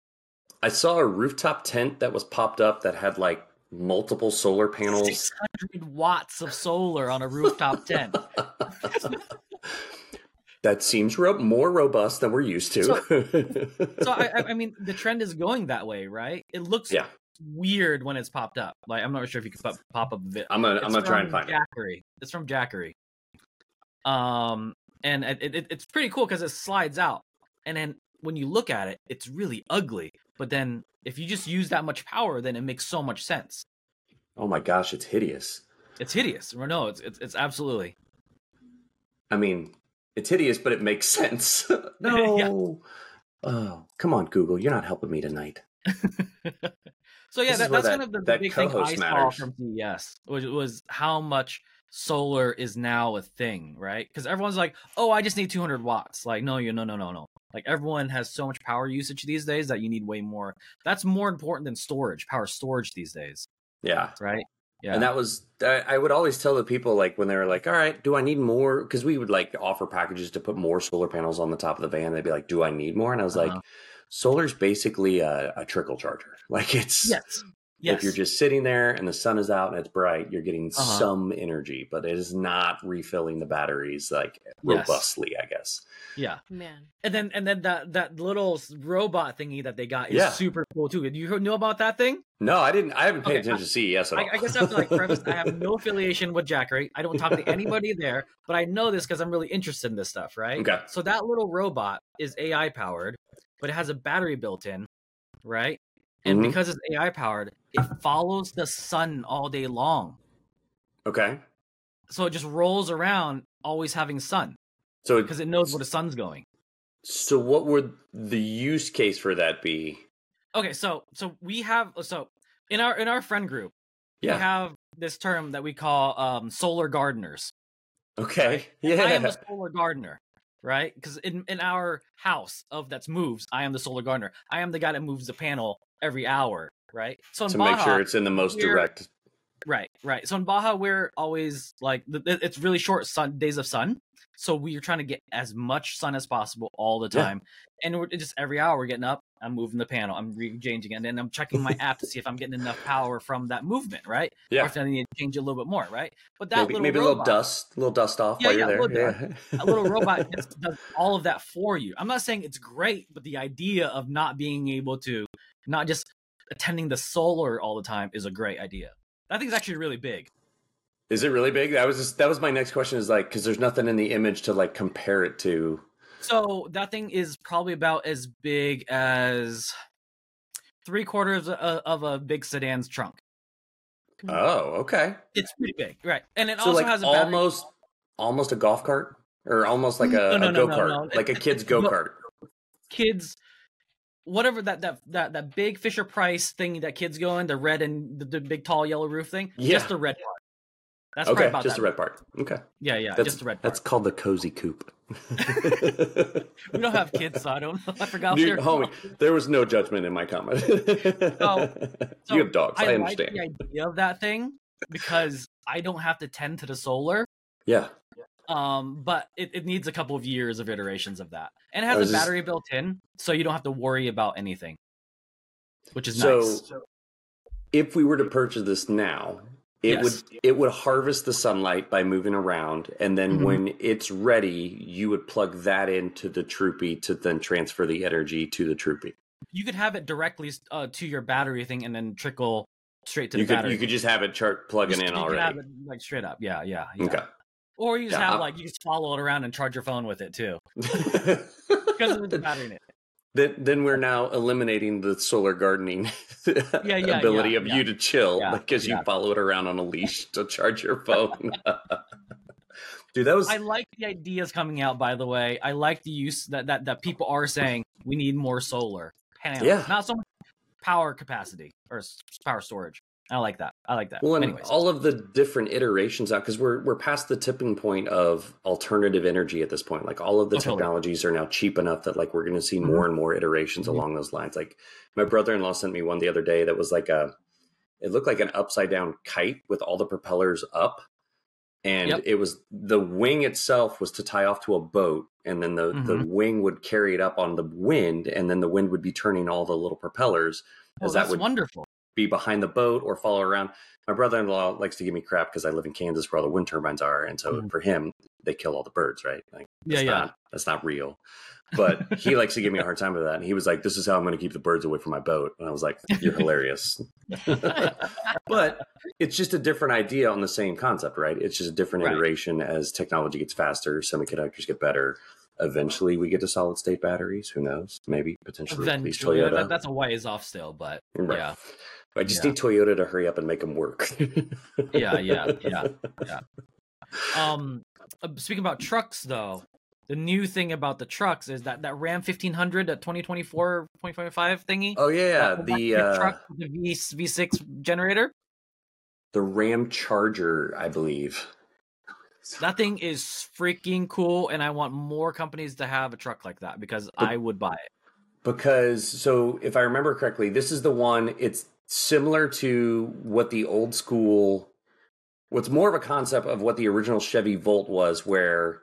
[SPEAKER 1] I saw a rooftop tent that was popped up that had like multiple solar panels.
[SPEAKER 3] 600 watts of solar on a rooftop tent.
[SPEAKER 1] that seems ro- more robust than we're used to.
[SPEAKER 3] So I, I- I mean, the trend is going that way, right? It looks
[SPEAKER 1] Yeah.
[SPEAKER 3] weird when it's popped up. Like I'm not sure if you could pop, pop up. Vi-
[SPEAKER 1] I'm gonna I'm
[SPEAKER 3] It's
[SPEAKER 1] gonna try and
[SPEAKER 3] from
[SPEAKER 1] find it.
[SPEAKER 3] Jackery. It's from Jackery. Um, and it, it, it's pretty cool because it slides out, and then when you look at it, it's really ugly. But then if you just use that much power, then it makes so much sense.
[SPEAKER 1] Oh my gosh, it's hideous.
[SPEAKER 3] It's hideous. No, it's it's, it's absolutely
[SPEAKER 1] I mean, it's hideous, but it makes sense. no. Oh, come on, Google. You're not helping me tonight.
[SPEAKER 3] So yeah,
[SPEAKER 1] This is
[SPEAKER 3] that,
[SPEAKER 1] where
[SPEAKER 3] that's kind
[SPEAKER 1] that-
[SPEAKER 3] of the, the
[SPEAKER 1] that
[SPEAKER 3] big thing I
[SPEAKER 1] co-host
[SPEAKER 3] saw
[SPEAKER 1] matters.
[SPEAKER 3] from CES was, was how much solar is now a thing, right? Because everyone's like, "Oh, I just need 200 watts." Like, no, you no, no, no, no. Like everyone has so much power usage these days that you need way more. That's more important than storage, power storage these days,
[SPEAKER 1] Yeah.
[SPEAKER 3] right? Yeah,
[SPEAKER 1] And that was, I I would always tell the people, like, when they were like, all right, do I need more? Because we would like offer packages to put more solar panels on the top of the van. They'd be like, do I need more? And I was
[SPEAKER 3] Uh-huh.
[SPEAKER 1] like, solar's basically a, a trickle charger. Like, it's,
[SPEAKER 3] yes, yes.
[SPEAKER 1] if you're just sitting there and the sun is out and it's bright, you're getting
[SPEAKER 3] Uh-huh.
[SPEAKER 1] some energy, but it is not refilling the batteries like
[SPEAKER 3] Yes.
[SPEAKER 1] robustly, I guess.
[SPEAKER 3] yeah,
[SPEAKER 2] Man.
[SPEAKER 3] and then and then that that little s- robot thingy that they got is
[SPEAKER 1] Yeah.
[SPEAKER 3] super cool too. Did you hear- know about that thing?
[SPEAKER 1] No, I didn't, I haven't paid
[SPEAKER 3] Okay,
[SPEAKER 1] attention to CES at all.
[SPEAKER 3] I, I guess I have to like preface I have no affiliation with Jack, right? I don't talk to anybody there, but I know this because I'm really interested in this stuff, right?
[SPEAKER 1] Okay.
[SPEAKER 3] So that little robot is AI powered, but it has a battery built in, right? And
[SPEAKER 1] Mhm.
[SPEAKER 3] because it's AI powered, it follows the sun all day long.
[SPEAKER 1] Okay.
[SPEAKER 3] So it just rolls around always having sun
[SPEAKER 1] So, it-
[SPEAKER 3] because it knows where the sun's going.
[SPEAKER 1] so what would the use case for that be?
[SPEAKER 3] Okay, so so we have so in our in our friend group,
[SPEAKER 1] Yeah.
[SPEAKER 3] we have this term that we call um solar gardeners.
[SPEAKER 1] Okay. Yeah.
[SPEAKER 3] I am a solar gardener, right? Because in, in our house of that's moves, I am the solar gardener. I am the guy that moves the panel every hour, right? So in
[SPEAKER 1] to
[SPEAKER 3] Baja,
[SPEAKER 1] make sure it's in the most
[SPEAKER 3] we're-
[SPEAKER 1] direct.
[SPEAKER 3] right, right. So in Baja, we're always like th- th- it's really short sun days of sun, so we are trying to get as much sun as possible all the
[SPEAKER 1] Yeah.
[SPEAKER 3] time, and we're just every hour we're getting up. I'm moving the panel. I'm re-changing it, and then I'm checking my app to see if I'm getting enough power from that movement, right? Or
[SPEAKER 1] Yeah.
[SPEAKER 3] if I need to change it a little bit more, right? But that
[SPEAKER 1] Maybe,
[SPEAKER 3] little
[SPEAKER 1] maybe a little
[SPEAKER 3] robot-
[SPEAKER 1] dust, a little dust off
[SPEAKER 3] Yeah,
[SPEAKER 1] while
[SPEAKER 3] yeah,
[SPEAKER 1] you're
[SPEAKER 3] a
[SPEAKER 1] there.
[SPEAKER 3] little
[SPEAKER 1] yeah.
[SPEAKER 3] a little robot just does all of that for you. I'm not saying it's great, but the idea of not being able to, not just attending the solar all the time is a great idea. That thing's actually really big.
[SPEAKER 1] Is it really big? That was just, that was my next question. Is like because there's nothing in the image to like compare it to.
[SPEAKER 3] So that thing is probably about as big as three quarters of a, of a big sedan's trunk.
[SPEAKER 1] Oh, okay.
[SPEAKER 3] It's pretty big, right? And Mm-hmm. it
[SPEAKER 1] so
[SPEAKER 3] also
[SPEAKER 1] like
[SPEAKER 3] has a battery- Mm,
[SPEAKER 1] almost almost a golf cart or almost like a,
[SPEAKER 3] No, no,
[SPEAKER 1] a go
[SPEAKER 3] no, no,
[SPEAKER 1] kart,
[SPEAKER 3] no.
[SPEAKER 1] like a kid's go kart.
[SPEAKER 3] kids whatever that that that that big Fisher Price thing that kids go in the red and the, the big tall yellow roof thing.
[SPEAKER 1] Yeah.
[SPEAKER 3] Just the red part. That's probably
[SPEAKER 1] Okay,
[SPEAKER 3] about
[SPEAKER 1] just
[SPEAKER 3] that.
[SPEAKER 1] the red part. Okay,
[SPEAKER 3] Yeah, yeah,
[SPEAKER 1] That's-
[SPEAKER 3] just the red part.
[SPEAKER 1] that's called the cozy coop.
[SPEAKER 3] We don't have kids, so I don't know. I forgot. we
[SPEAKER 1] Dude,
[SPEAKER 3] were-
[SPEAKER 1] homie, there was no judgment in my comment.
[SPEAKER 3] Oh, so
[SPEAKER 1] you have dogs. I,
[SPEAKER 3] like
[SPEAKER 1] understand.
[SPEAKER 3] the idea of that thing because I don't have to tend to the solar.
[SPEAKER 1] yeah.
[SPEAKER 3] Um, but it, it needs a couple of years of iterations of that, and it has
[SPEAKER 1] I
[SPEAKER 3] a
[SPEAKER 1] was just-
[SPEAKER 3] battery built in, so you don't have to worry about anything, which is
[SPEAKER 1] So-
[SPEAKER 3] nice.
[SPEAKER 1] if we were to purchase this now, it
[SPEAKER 3] Yes.
[SPEAKER 1] would it would harvest the sunlight by moving around, and then
[SPEAKER 3] Mhm.
[SPEAKER 1] when it's ready, you would plug that into the Troopy to then transfer the energy to the Troopy.
[SPEAKER 3] You could have it directly uh, to your battery thing, and then trickle straight to
[SPEAKER 1] You
[SPEAKER 3] the
[SPEAKER 1] could
[SPEAKER 3] battery.
[SPEAKER 1] you could just have it chart plugging
[SPEAKER 3] Just-
[SPEAKER 1] in
[SPEAKER 3] you could have
[SPEAKER 1] already.
[SPEAKER 3] it, like straight up. Yeah, yeah, yeah. Or you just
[SPEAKER 1] Yeah,
[SPEAKER 3] have
[SPEAKER 1] I'm-
[SPEAKER 3] like you just follow it around and charge your phone with it too
[SPEAKER 1] Okay.
[SPEAKER 3] because of the battery in it.
[SPEAKER 1] then, then we're now eliminating the solar gardening
[SPEAKER 3] yeah, yeah,
[SPEAKER 1] ability of
[SPEAKER 3] yeah.
[SPEAKER 1] you to chill
[SPEAKER 3] Yeah,
[SPEAKER 1] because
[SPEAKER 3] yeah.
[SPEAKER 1] you follow it around on a leash to charge your phone. Dude, that was
[SPEAKER 3] I like the ideas coming out. By the way, I like the use that that, that people are saying we need more solar panels,
[SPEAKER 1] Yeah.
[SPEAKER 3] not so much power capacity or s- power storage. I like that. I like that.
[SPEAKER 1] Well, and
[SPEAKER 3] Anyways,
[SPEAKER 1] all of the different iterations out because we're we're past the tipping point of alternative energy at this point. Like all of the
[SPEAKER 3] Oh, totally. Mm-hmm.
[SPEAKER 1] technologies are now cheap enough that like we're going to see more and more iterations
[SPEAKER 3] Mhm.
[SPEAKER 1] along those lines. Like my brother in law sent me one the other day that was like a it looked like an upside down kite with all the propellers up, and
[SPEAKER 3] Yep.
[SPEAKER 1] it was the wing itself was to tie off to a boat, and then the
[SPEAKER 3] Mm-hmm.
[SPEAKER 1] the wing would carry it up on the wind, and then the wind would be turning all the little propellers.
[SPEAKER 3] Oh,
[SPEAKER 1] as
[SPEAKER 3] that's
[SPEAKER 1] would
[SPEAKER 3] wonderful.
[SPEAKER 1] be behind the boat or follow around. My brother in law likes to give me crap because I live in Kansas where all the wind turbines are. And so
[SPEAKER 3] Mhm.
[SPEAKER 1] for him, they kill all the birds, right? Like,
[SPEAKER 3] Yeah,
[SPEAKER 1] that's
[SPEAKER 3] yeah.
[SPEAKER 1] Not, that's not real. But he likes to give me a hard time with that. And he was like, this is how I'm going to keep the birds away from my boat. And I was like, you're hilarious. but it's just a different idea on the same concept, right? It's just a different
[SPEAKER 3] Right.
[SPEAKER 1] iteration as technology gets faster, semiconductors get better. Eventually, we get to solid state batteries. Who knows? Maybe potentially, at least
[SPEAKER 3] Eventually,
[SPEAKER 1] Toyota.
[SPEAKER 3] that, that's a ways off still, but
[SPEAKER 1] Right.
[SPEAKER 3] yeah,
[SPEAKER 1] I just
[SPEAKER 3] Yeah.
[SPEAKER 1] need Toyota to hurry up and make them work.
[SPEAKER 3] yeah, yeah, yeah. Um, uh, speaking about trucks, though, the new thing about the trucks is that that Ram 1500, that 2024, 2025 thingy.
[SPEAKER 1] Oh yeah,
[SPEAKER 3] that- that
[SPEAKER 1] the
[SPEAKER 3] big
[SPEAKER 1] uh,
[SPEAKER 3] truck with the V V6 generator.
[SPEAKER 1] the Ram Charger, I believe.
[SPEAKER 3] That thing is freaking cool, and I want more companies to have a truck like that because
[SPEAKER 1] But-
[SPEAKER 3] I would buy it.
[SPEAKER 1] Because so if I remember correctly, this is the one it's similar to what the old school what's more of a concept of what the original Chevy Volt was where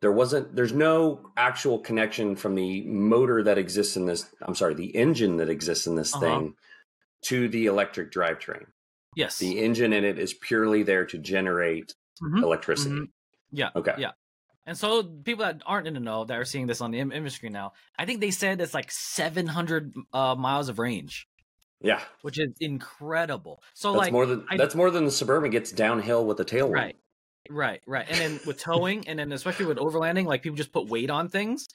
[SPEAKER 1] there wasn't there's no actual connection from the motor that exists in this I'm sorry, the engine that exists in this
[SPEAKER 3] Uh-huh.
[SPEAKER 1] thing to the electric drivetrain.
[SPEAKER 3] Yes.
[SPEAKER 1] The engine in it is purely there to generate
[SPEAKER 3] Mhm.
[SPEAKER 1] electricity.
[SPEAKER 3] Mhm. Yeah.
[SPEAKER 1] Okay.
[SPEAKER 3] Yeah. And so people that aren't in the know that are seeing this on the im- image screen now, I think they said it's like 700 uh, miles of range,
[SPEAKER 1] Yeah.
[SPEAKER 3] which is incredible. So
[SPEAKER 1] That's
[SPEAKER 3] like
[SPEAKER 1] more than
[SPEAKER 3] I-
[SPEAKER 1] that's more than the suburban gets downhill with the tailwind.
[SPEAKER 3] right. Right, right. And then with towing and then especially with overlanding, like people just put weight on things.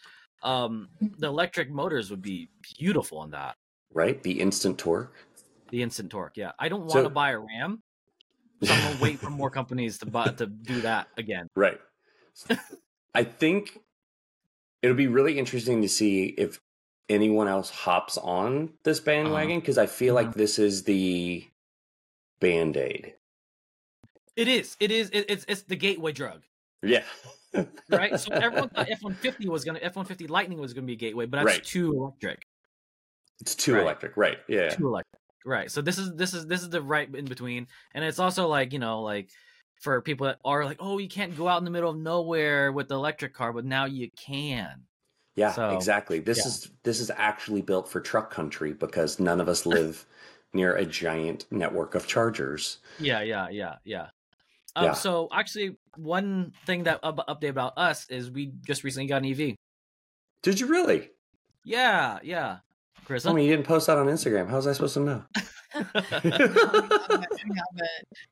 [SPEAKER 3] Um the electric motors would be beautiful on that.
[SPEAKER 1] right? The instant torque.
[SPEAKER 3] The instant torque. Yeah. I don't want
[SPEAKER 1] So-
[SPEAKER 3] to buy a Ram. So I'm gonna wait for more companies to buy to do that again.
[SPEAKER 1] Right. I think it'll be really interesting to see if anyone else hops on this
[SPEAKER 3] Uh-huh.
[SPEAKER 1] bandwagon because I feel like
[SPEAKER 3] Mm-hmm.
[SPEAKER 1] this is the band aid.
[SPEAKER 3] It is. It is. It, it's it's the gateway drug,
[SPEAKER 1] Yeah.
[SPEAKER 3] right? so everyone thought F one fifty was gonna F one fifty Lightning was gonna be a gateway, but that's
[SPEAKER 1] Right.
[SPEAKER 3] too electric.
[SPEAKER 1] it's too
[SPEAKER 3] Right.
[SPEAKER 1] electric. Right. Yeah.
[SPEAKER 3] Too electric. Right. So this is this is this is the right in between, and it's also like you know like for people that are like, oh, you can't go out in the middle of nowhere with the electric car, but now you can.
[SPEAKER 1] Yeah.
[SPEAKER 3] So,
[SPEAKER 1] exactly. This
[SPEAKER 3] yeah.
[SPEAKER 1] is this is actually built for truck country because none of us live near a giant network of chargers.
[SPEAKER 3] Yeah, yeah, yeah, yeah. Um,
[SPEAKER 1] Yeah.
[SPEAKER 3] So actually, one thing that up- update about us is we just recently got an EV.
[SPEAKER 1] Did you really?
[SPEAKER 3] Yeah, yeah. Chris,
[SPEAKER 1] Tell me you didn't post that on Instagram. How was I supposed to know?
[SPEAKER 2] haven't.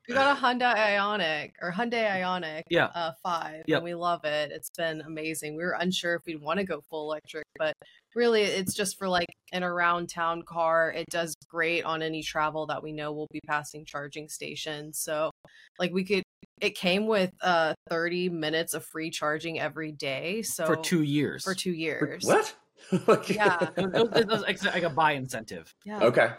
[SPEAKER 2] We got a Hyundai Ionic or Hyundai Ionic
[SPEAKER 3] Yeah.
[SPEAKER 2] uh, 5,
[SPEAKER 3] Yep.
[SPEAKER 2] and we love it. It's been amazing. We were unsure if we'd want to go full electric, but really it's just for like an around town car. It does great on any travel that we know will be passing charging stations. So, like, we could, it came with uh, 30 minutes of free charging every day. So,
[SPEAKER 3] for two years.
[SPEAKER 2] for two years.
[SPEAKER 1] What? Like-
[SPEAKER 2] Yeah.
[SPEAKER 3] it was, it was ex- like a buy incentive.
[SPEAKER 2] Yeah.
[SPEAKER 1] Okay.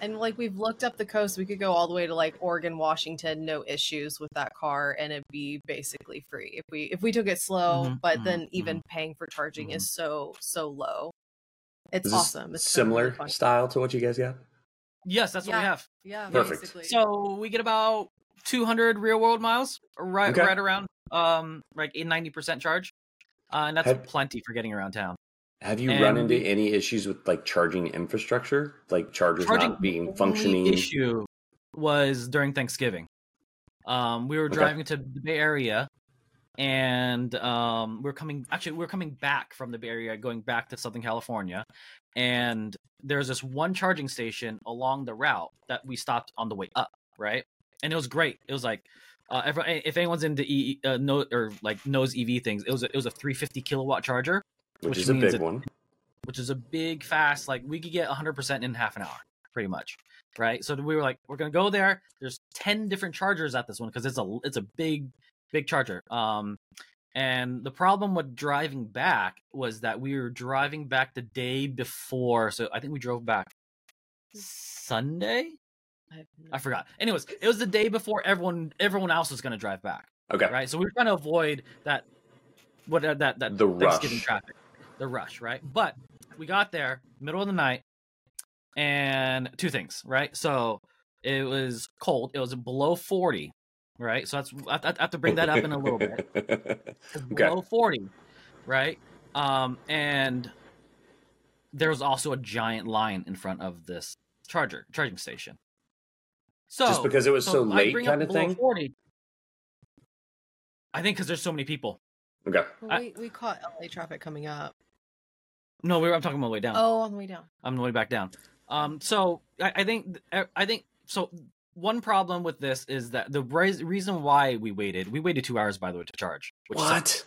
[SPEAKER 2] And like we've looked up the coast, we could go all the way to like Oregon, Washington, no issues with that car, and it'd be basically free if we if we took it slow.
[SPEAKER 1] Mm-hmm,
[SPEAKER 3] Mhm,
[SPEAKER 2] but
[SPEAKER 3] mhm,
[SPEAKER 2] then even paying for charging is so so low. It's
[SPEAKER 1] Is this
[SPEAKER 2] awesome. It's been really
[SPEAKER 1] similar
[SPEAKER 2] fun.
[SPEAKER 1] style to what you guys got?
[SPEAKER 3] Yes, that's what we
[SPEAKER 2] Yeah.
[SPEAKER 3] have.
[SPEAKER 2] Yeah,
[SPEAKER 1] Perfect.
[SPEAKER 2] basically.
[SPEAKER 3] So we get about 200 real world miles, right,
[SPEAKER 1] Okay.
[SPEAKER 3] right around um like a 90% charge, uh, and that's
[SPEAKER 1] Have-
[SPEAKER 3] plenty for getting around town.
[SPEAKER 1] Have you
[SPEAKER 3] And
[SPEAKER 1] run into
[SPEAKER 3] we-
[SPEAKER 1] any issues with like charging infrastructure, like chargers
[SPEAKER 3] Charging
[SPEAKER 1] not being
[SPEAKER 3] only
[SPEAKER 1] functioning?
[SPEAKER 3] issue was during Thanksgiving. Um, we were
[SPEAKER 1] Okay.
[SPEAKER 3] driving to the Bay Area, and um, we we're coming. Actually, we we're coming back from the Bay Area, going back to Southern California, and there's this one charging station along the route that we stopped on the way up. Right, and it was great. It was like. Uh, if, if anyone's into e, uh, know, or like knows EV things, it was a, it was a 350 kilowatt charger,
[SPEAKER 1] Which,
[SPEAKER 3] which
[SPEAKER 1] is a
[SPEAKER 3] means
[SPEAKER 1] big
[SPEAKER 3] it-
[SPEAKER 1] one.
[SPEAKER 3] which is a big fast like we could get 100% in half an hour pretty much right so we were like we're gonna go there there's 10 different chargers at this one because it's a it's a big big charger um and the problem with driving back was that we were driving back the day before so i think we drove back sunday
[SPEAKER 2] I have no-
[SPEAKER 3] i forgot anyways it was the day before everyone everyone else was gonna drive back
[SPEAKER 1] Okay.
[SPEAKER 3] right? So we are trying to avoid that what uh, that that, that
[SPEAKER 1] The
[SPEAKER 3] Thanksgiving
[SPEAKER 1] rush.
[SPEAKER 3] traffic, the rush, right? But we got there middle of the night, and two things, right? So it was cold. It was below forty, right? So that's I, I I have to bring that up in a little bit. It's
[SPEAKER 1] Okay.
[SPEAKER 3] below forty, right? Um, and there was also a giant line in front of this charger charging station. So
[SPEAKER 1] Just because it was so,
[SPEAKER 3] I
[SPEAKER 1] late,
[SPEAKER 3] bring up
[SPEAKER 1] kind of
[SPEAKER 3] below
[SPEAKER 1] thing.
[SPEAKER 3] 40. I think because there's so many people.
[SPEAKER 1] Okay.
[SPEAKER 2] Well,
[SPEAKER 3] I-
[SPEAKER 2] we we caught LA traffic coming up.
[SPEAKER 3] No, we were, I'm talking on the way down.
[SPEAKER 2] Oh, on the way down.
[SPEAKER 3] I'm on the way back down. Um, so I, I think er, I think so. One problem with this is that the res- reason why we waited, we waited two hours by the way to charge. Which sucked.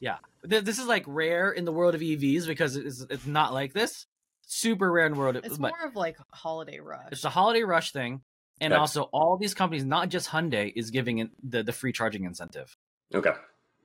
[SPEAKER 1] What?
[SPEAKER 3] Th- This is like rare in the world of EVs because it's, it's not like this. Super rare in the world. of-
[SPEAKER 2] It's
[SPEAKER 3] but
[SPEAKER 2] more of like holiday rush.
[SPEAKER 3] it's a holiday rush thing, and
[SPEAKER 1] Okay.
[SPEAKER 3] also all these companies, not just Hyundai, is giving it the the free charging incentive.
[SPEAKER 1] Okay.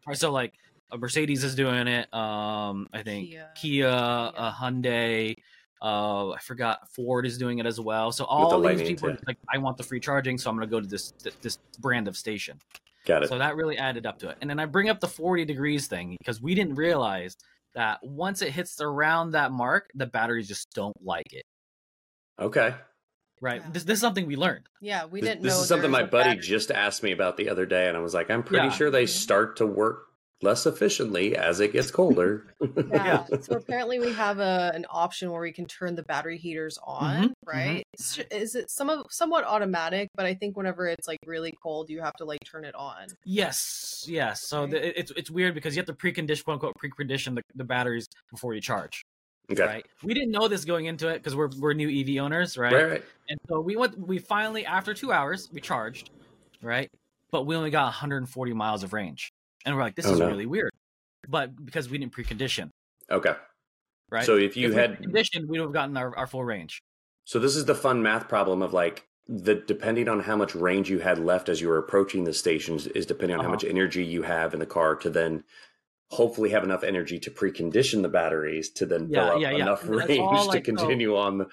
[SPEAKER 3] Right, so like a Mercedes is doing it. Um, I think Kia,
[SPEAKER 2] Kia.
[SPEAKER 3] a
[SPEAKER 2] Yeah.
[SPEAKER 3] Hyundai. Uh, I forgot Ford is doing it as well. So all
[SPEAKER 1] the
[SPEAKER 3] these
[SPEAKER 1] Lightning,
[SPEAKER 3] people are
[SPEAKER 1] yeah.
[SPEAKER 3] just like, I want the free charging, so I'm gonna go to this th- this brand of station.
[SPEAKER 1] Got it.
[SPEAKER 3] So that really added up to it. And then I bring up the 40 degrees thing because we didn't realize that once it hits around that mark, the batteries just don't like it.
[SPEAKER 1] okay.
[SPEAKER 3] Right.
[SPEAKER 2] Yeah.
[SPEAKER 3] This, this is something we learned.
[SPEAKER 2] Yeah, we
[SPEAKER 1] This-
[SPEAKER 2] didn't
[SPEAKER 1] this
[SPEAKER 2] know.
[SPEAKER 1] is something my
[SPEAKER 2] there was a
[SPEAKER 1] buddy
[SPEAKER 2] battery.
[SPEAKER 1] just asked me about the other day, and I was like, I'm pretty
[SPEAKER 3] Yeah. Mm-hmm.
[SPEAKER 1] sure they
[SPEAKER 2] Mhm.
[SPEAKER 1] start to work less efficiently as it gets colder.
[SPEAKER 2] Yeah. So apparently we have a an option where we can turn the battery heaters on, right? It's- Is it some of somewhat automatic, but I think whenever it's like really cold, you have to like turn it on.
[SPEAKER 3] Yes. Yes. So
[SPEAKER 2] Right.
[SPEAKER 3] the, it's it's weird because you have to precondition, quote unquote, precondition the, the batteries before you charge.
[SPEAKER 1] okay.
[SPEAKER 3] Right. We didn't know this going into it because we're we're new EV owners, right?
[SPEAKER 1] Right, right.
[SPEAKER 3] And so we went. We finally, after two hours, we charged, right? But we only got 140 miles of range, and we're like, this
[SPEAKER 1] Oh,
[SPEAKER 3] is
[SPEAKER 1] no.
[SPEAKER 3] really weird. But because we didn't precondition,
[SPEAKER 1] Okay.
[SPEAKER 3] right?
[SPEAKER 1] So if you
[SPEAKER 3] if
[SPEAKER 1] had
[SPEAKER 3] conditioned, we'd have gotten our, our full range.
[SPEAKER 1] So this is the fun math problem of like the depending on how much range you had left as you were approaching the stations is depending on
[SPEAKER 3] Uh-huh.
[SPEAKER 1] how much energy you have in the car to then hopefully have enough energy to precondition the batteries to then
[SPEAKER 3] Yeah,
[SPEAKER 1] fill up
[SPEAKER 3] yeah, yeah.
[SPEAKER 1] enough
[SPEAKER 3] And that's
[SPEAKER 1] range
[SPEAKER 3] all,
[SPEAKER 1] to
[SPEAKER 3] like, so-
[SPEAKER 1] continue on. The,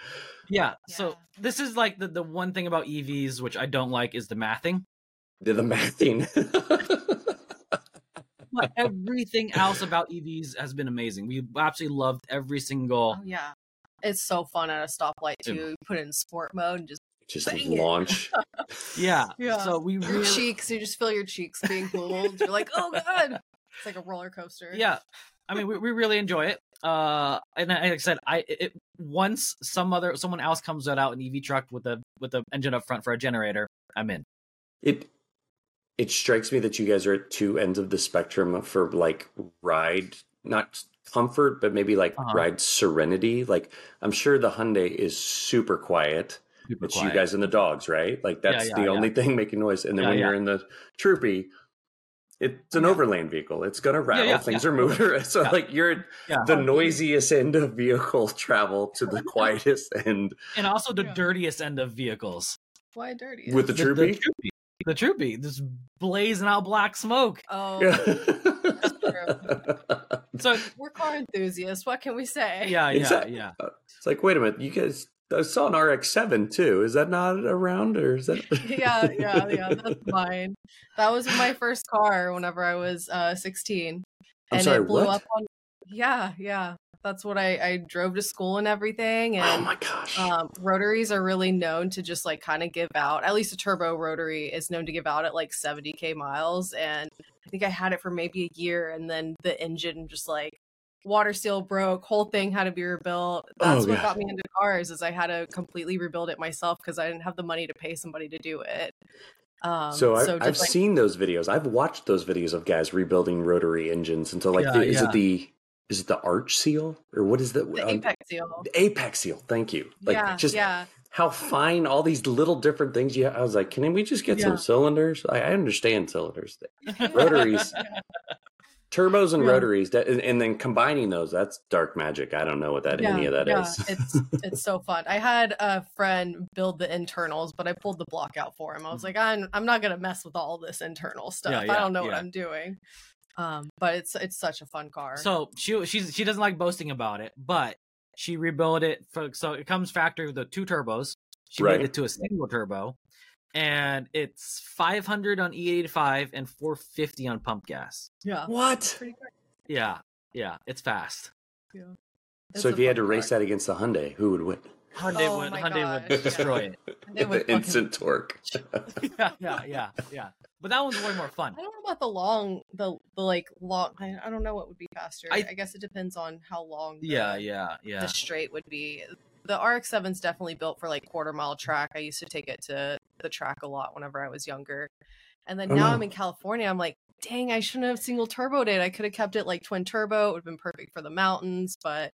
[SPEAKER 3] Yeah. So
[SPEAKER 2] Yeah.
[SPEAKER 3] this is like the, the one thing about EVs which I don't like is the mathing.
[SPEAKER 1] the, the mathing.
[SPEAKER 3] But everything else about EVs has been amazing. We absolutely loved every single
[SPEAKER 2] Oh yeah. It's so fun at a stoplight too. You put it in sport mode and just
[SPEAKER 1] Just
[SPEAKER 2] Dang it.
[SPEAKER 1] launch.
[SPEAKER 3] yeah.
[SPEAKER 2] Yeah.
[SPEAKER 3] So we
[SPEAKER 2] your
[SPEAKER 3] really
[SPEAKER 2] cheeks, you just feel your cheeks being cooled. You're like, oh god. It's like a roller coaster.
[SPEAKER 3] yeah i mean we, we really enjoy it uh and I- like i said i it, once some other someone else comes out an ev truck with a with the engine up front for a generator i'm in
[SPEAKER 1] It it strikes me that you guys are at two ends of the spectrum for like ride not comfort, but maybe like
[SPEAKER 3] Uh-huh.
[SPEAKER 1] ride serenity. Like I'm sure the Hyundai is super quiet.
[SPEAKER 3] super
[SPEAKER 1] It's you guys and the dogs, right? Like
[SPEAKER 3] Yeah,
[SPEAKER 1] that's
[SPEAKER 3] yeah,
[SPEAKER 1] the
[SPEAKER 3] yeah.
[SPEAKER 1] only thing making noise. And then
[SPEAKER 3] Yeah,
[SPEAKER 1] when
[SPEAKER 3] yeah.
[SPEAKER 1] you're in the troopy, it's an
[SPEAKER 2] Yeah.
[SPEAKER 1] overland vehicle. It's gonna rattle.
[SPEAKER 3] yeah,
[SPEAKER 1] Things
[SPEAKER 3] yeah.
[SPEAKER 1] are moving. so
[SPEAKER 3] Yeah.
[SPEAKER 1] like you're at
[SPEAKER 3] Yeah.
[SPEAKER 1] the noisiest end of vehicle travel to the quietest end
[SPEAKER 3] and also the
[SPEAKER 2] Yeah.
[SPEAKER 3] dirtiest end of vehicles
[SPEAKER 2] Why dirty?
[SPEAKER 1] with the
[SPEAKER 3] the
[SPEAKER 1] troopy.
[SPEAKER 3] troopy the troopy this blazing out black smoke
[SPEAKER 2] oh
[SPEAKER 3] so
[SPEAKER 2] we're car enthusiasts. What can we say?
[SPEAKER 3] yeah yeah
[SPEAKER 1] Exactly.
[SPEAKER 3] yeah
[SPEAKER 1] It's like, wait a minute, you guys. I saw an RX-7 too. Is that not around, or is that?
[SPEAKER 2] yeah, yeah, yeah. That's mine. That was my first car whenever I was uh, 16,
[SPEAKER 1] I'm
[SPEAKER 2] and
[SPEAKER 1] sorry,
[SPEAKER 2] it blew
[SPEAKER 1] what?
[SPEAKER 2] up on. Yeah, yeah. That's what I I drove to school and everything,
[SPEAKER 1] oh
[SPEAKER 2] and
[SPEAKER 1] my gosh!
[SPEAKER 2] um, rotaries are really known to just like kind of give out. At least a turbo rotary is known to give out at like 70k miles, and I think I had it for maybe a year, and then the engine just like water seal broke, whole thing had to be rebuilt.
[SPEAKER 1] Oh,
[SPEAKER 2] That's what
[SPEAKER 1] God.
[SPEAKER 2] got me into cars is I had to completely rebuild it myself because I didn't have the money to pay somebody to do it. Um,
[SPEAKER 1] so I, I've
[SPEAKER 2] just, like,
[SPEAKER 1] seen those videos. I've watched those videos of guys rebuilding rotary engines until like,
[SPEAKER 3] Yeah,
[SPEAKER 1] the, is
[SPEAKER 3] yeah.
[SPEAKER 1] it the is it the arch seal or what is the,
[SPEAKER 2] the
[SPEAKER 1] um,
[SPEAKER 2] apex seal.
[SPEAKER 1] the apex seal? Thank you. Like
[SPEAKER 2] yeah,
[SPEAKER 1] just
[SPEAKER 2] yeah,
[SPEAKER 1] how fine all these little different things. You, I was like, can we just get
[SPEAKER 2] Yeah.
[SPEAKER 1] some cylinders? I, I understand cylinders. rotaries turbos and
[SPEAKER 2] Yeah.
[SPEAKER 1] rotaries that, and, and then combining those that's dark magic i don't know what that any of that
[SPEAKER 2] yeah,
[SPEAKER 1] is.
[SPEAKER 2] it's it's so fun. I had a friend build the internals, but I pulled the block out for him. I was
[SPEAKER 1] Mm.
[SPEAKER 2] like, I'm I'm not gonna mess with all this internal stuff.
[SPEAKER 3] yeah,
[SPEAKER 2] I don't know what
[SPEAKER 3] yeah.
[SPEAKER 2] I'm doing. Um, but it's it's such a fun car.
[SPEAKER 3] so she she's she doesn't like boasting about it but she rebuilt it for, so it comes factory with the two turbos she
[SPEAKER 1] Right.
[SPEAKER 3] made it to a single turbo and it's 500 on e85 and 450 on pump gas
[SPEAKER 2] yeah,
[SPEAKER 1] what
[SPEAKER 2] pretty quick.
[SPEAKER 3] yeah yeah it's fast
[SPEAKER 2] It's
[SPEAKER 1] so
[SPEAKER 2] a
[SPEAKER 1] if you had to
[SPEAKER 2] fun
[SPEAKER 1] race that against the hyundai who would win
[SPEAKER 3] Hyundai
[SPEAKER 2] Oh
[SPEAKER 3] would
[SPEAKER 2] my
[SPEAKER 3] Hyundai
[SPEAKER 2] gosh,
[SPEAKER 3] would
[SPEAKER 2] yeah.
[SPEAKER 3] destroy it.
[SPEAKER 2] They would
[SPEAKER 1] the instant torque
[SPEAKER 3] Yeah, yeah, yeah, yeah. But that one's way more fun.
[SPEAKER 2] I don't know about the long, the the like long. I, I don't know what would be faster. I,
[SPEAKER 3] I-
[SPEAKER 2] guess it depends on how long. the-
[SPEAKER 3] Yeah, yeah, yeah.
[SPEAKER 2] the straight would be the RX-7's definitely built for like quarter mile track. I used to take it to the track a lot whenever I was younger. And then
[SPEAKER 1] Oh,
[SPEAKER 2] now
[SPEAKER 1] no.
[SPEAKER 2] I'm in California. I'm like, dang, I shouldn't have single turboed it. I could have kept it like twin turbo. It would have been perfect for the mountains, but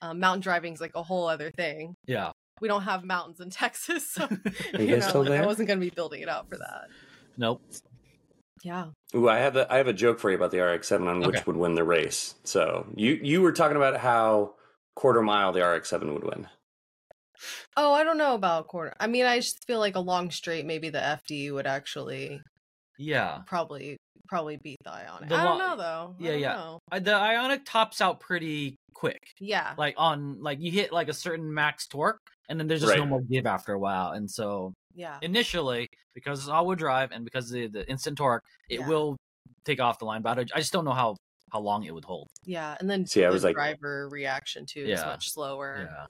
[SPEAKER 2] um, mountain driving's like a whole other thing.
[SPEAKER 3] Yeah.
[SPEAKER 2] We don't have mountains in Texas, so you
[SPEAKER 1] guys
[SPEAKER 2] know,
[SPEAKER 1] still
[SPEAKER 2] like, I
[SPEAKER 1] there?
[SPEAKER 2] wasn't going to be building it out for that.
[SPEAKER 3] Nope.
[SPEAKER 2] Yeah.
[SPEAKER 1] Ooh, I have a, I have a joke for you about the RX-7 on which
[SPEAKER 3] Okay.
[SPEAKER 1] would win the race. So you you were talking about how quarter mile the RX-7 would win.
[SPEAKER 2] Oh, I don't know about quarter. I mean, I just feel like a long straight, maybe the FD would actually
[SPEAKER 3] Yeah.
[SPEAKER 2] probably probably beat the Ionic.
[SPEAKER 3] The
[SPEAKER 2] I don't
[SPEAKER 3] lo-
[SPEAKER 2] know though. I
[SPEAKER 3] yeah,
[SPEAKER 2] don't
[SPEAKER 3] yeah.
[SPEAKER 2] know.
[SPEAKER 3] I- Uh, The Ionic tops out pretty quick.
[SPEAKER 2] Yeah.
[SPEAKER 3] Like on like you hit like a certain max torque and then there's just no
[SPEAKER 1] Right.
[SPEAKER 3] more give after a while. And so
[SPEAKER 2] Yeah.
[SPEAKER 3] initially, because it's all wheel drive and because of the, the instant torque, it
[SPEAKER 2] Yeah.
[SPEAKER 3] will take off the line. But I I just don't know how how long it would hold.
[SPEAKER 2] Yeah. And then
[SPEAKER 1] See, I
[SPEAKER 2] the
[SPEAKER 1] was like-
[SPEAKER 2] driver reaction too is
[SPEAKER 3] Yeah.
[SPEAKER 2] much slower.
[SPEAKER 3] Yeah.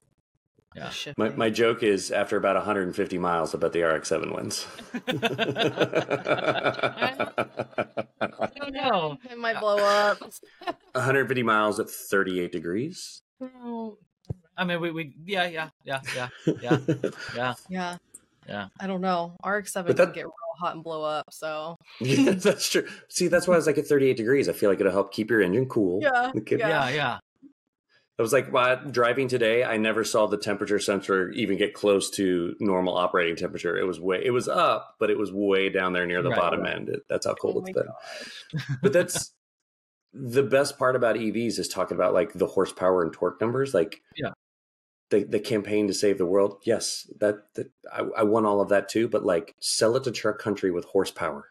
[SPEAKER 2] The
[SPEAKER 1] My,
[SPEAKER 2] shifting.
[SPEAKER 1] my joke is after about 150 miles, I bet the RX-7 wins.
[SPEAKER 3] I don't know.
[SPEAKER 2] it might blow up.
[SPEAKER 1] 150 miles at 38 degrees.
[SPEAKER 2] Oh,
[SPEAKER 3] I mean, we, we yeah, yeah, yeah, yeah, Yeah. yeah.
[SPEAKER 2] yeah.
[SPEAKER 3] Yeah.
[SPEAKER 2] I don't know. RX seven
[SPEAKER 1] But
[SPEAKER 2] can
[SPEAKER 1] that-
[SPEAKER 2] get real hot and blow up, so
[SPEAKER 1] Yeah, that's true. See, that's why I was like at 38 degrees. I feel like it'll help keep your engine cool.
[SPEAKER 2] Yeah,
[SPEAKER 1] It could-
[SPEAKER 2] Yeah.
[SPEAKER 3] Yeah, yeah.
[SPEAKER 1] I was like, while driving today, I never saw the temperature sensor even get close to normal operating temperature. It was way, it was up, but it was way down there near the
[SPEAKER 3] Right,
[SPEAKER 1] bottom end. It- That's how cold
[SPEAKER 2] Oh
[SPEAKER 1] it's
[SPEAKER 2] my
[SPEAKER 1] been. But that's the best part about EVs is talking about like the horsepower and torque numbers. Like,
[SPEAKER 3] Yeah.
[SPEAKER 1] the the campaign to save the world. Yes, that, that I, I want all of that too. But like, sell it to truck country with horsepower.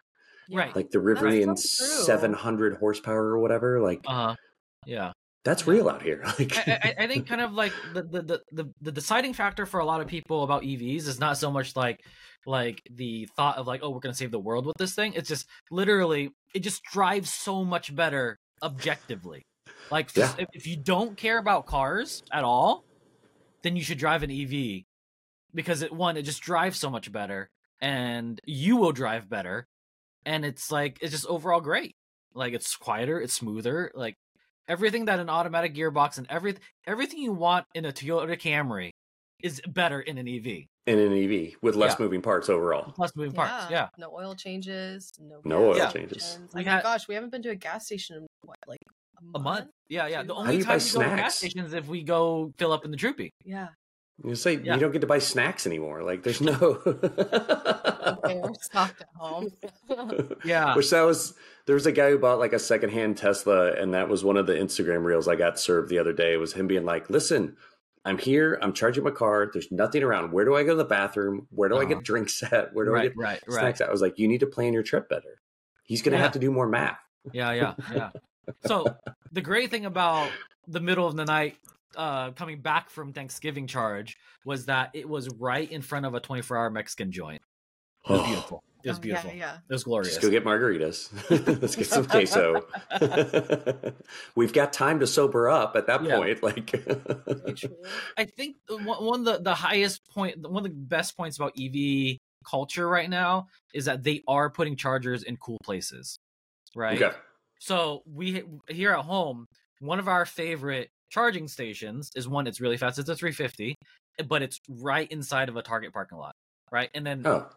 [SPEAKER 3] Right.
[SPEAKER 1] Like the Rivian
[SPEAKER 2] so true.
[SPEAKER 1] 700 horsepower or whatever. Like,
[SPEAKER 3] Uh huh. Yeah.
[SPEAKER 1] that's real out here. Like,
[SPEAKER 3] I, I- I, I think kind of like the, the, the, the, the deciding factor for a lot of people about EVs is not so much like like the thought of like oh we're gonna save the world with this thing. It's just literally it just drives so much better objectively. Like just, if, if you don't care about cars at all, then you should drive an EV because it one it just drives so much better and you will drive better and it's like it's just overall great. Like it's quieter, it's smoother, like everything that an automatic gearbox and every everything you want in a Toyota Camry is better in an EV.
[SPEAKER 1] in an EV with less
[SPEAKER 3] Yeah. Uh-huh.
[SPEAKER 1] moving parts overall.
[SPEAKER 3] Plus moving parts. Yeah.
[SPEAKER 2] No oil changes. No.
[SPEAKER 1] No
[SPEAKER 2] gas
[SPEAKER 1] oil
[SPEAKER 3] Yeah.
[SPEAKER 1] changes.
[SPEAKER 2] stations.
[SPEAKER 3] We
[SPEAKER 2] oh
[SPEAKER 3] had-
[SPEAKER 2] my gosh, we haven't been to a gas station in what, like a
[SPEAKER 3] A month. Yeah, yeah. The
[SPEAKER 1] do
[SPEAKER 2] How
[SPEAKER 3] only
[SPEAKER 1] you
[SPEAKER 3] time
[SPEAKER 1] buy
[SPEAKER 3] we go to
[SPEAKER 1] snacks?
[SPEAKER 3] gas stations is if we go fill up in the Droopy.
[SPEAKER 2] Yeah.
[SPEAKER 1] You say
[SPEAKER 3] Yeah.
[SPEAKER 1] you don't get to buy snacks anymore. Like there's no.
[SPEAKER 2] Okay, we're stopped at home. Oh,
[SPEAKER 3] Yeah.
[SPEAKER 1] Which that was there was a guy who bought like a secondhand Tesla, and that was one of the Instagram reels I got served the other day. Was him being like, "Listen, I'm here. I'm charging my car. There's nothing around. Where do I go to the bathroom? Where do I
[SPEAKER 3] Uh-huh.
[SPEAKER 1] get drinks at? Where do I
[SPEAKER 3] Right,
[SPEAKER 1] get
[SPEAKER 3] right, right.
[SPEAKER 1] snacks at?" I was like, "You need to plan your trip better. He's gonna
[SPEAKER 3] Yeah.
[SPEAKER 1] have to do more math."
[SPEAKER 3] Yeah, yeah, yeah. So the great thing about the middle of the night uh coming back from Thanksgiving charge was that it was right in front of a 24 hour Mexican joint. It was beautiful. It was
[SPEAKER 2] Oh,
[SPEAKER 3] beautiful.
[SPEAKER 2] Yeah, yeah.
[SPEAKER 3] It was glorious.
[SPEAKER 1] Let's go get margaritas. Let's get some queso. We've got time to sober up at that
[SPEAKER 3] Yeah.
[SPEAKER 1] point. Like,
[SPEAKER 3] I think the one one of the, the highest point, one of the best points about EV culture right now is that they are putting chargers in cool places, right?
[SPEAKER 1] okay,
[SPEAKER 3] So we here at home, one of our favorite charging stations is one that's really fast. It's a 350, but it's right inside of a Target parking lot, right? And then
[SPEAKER 1] oh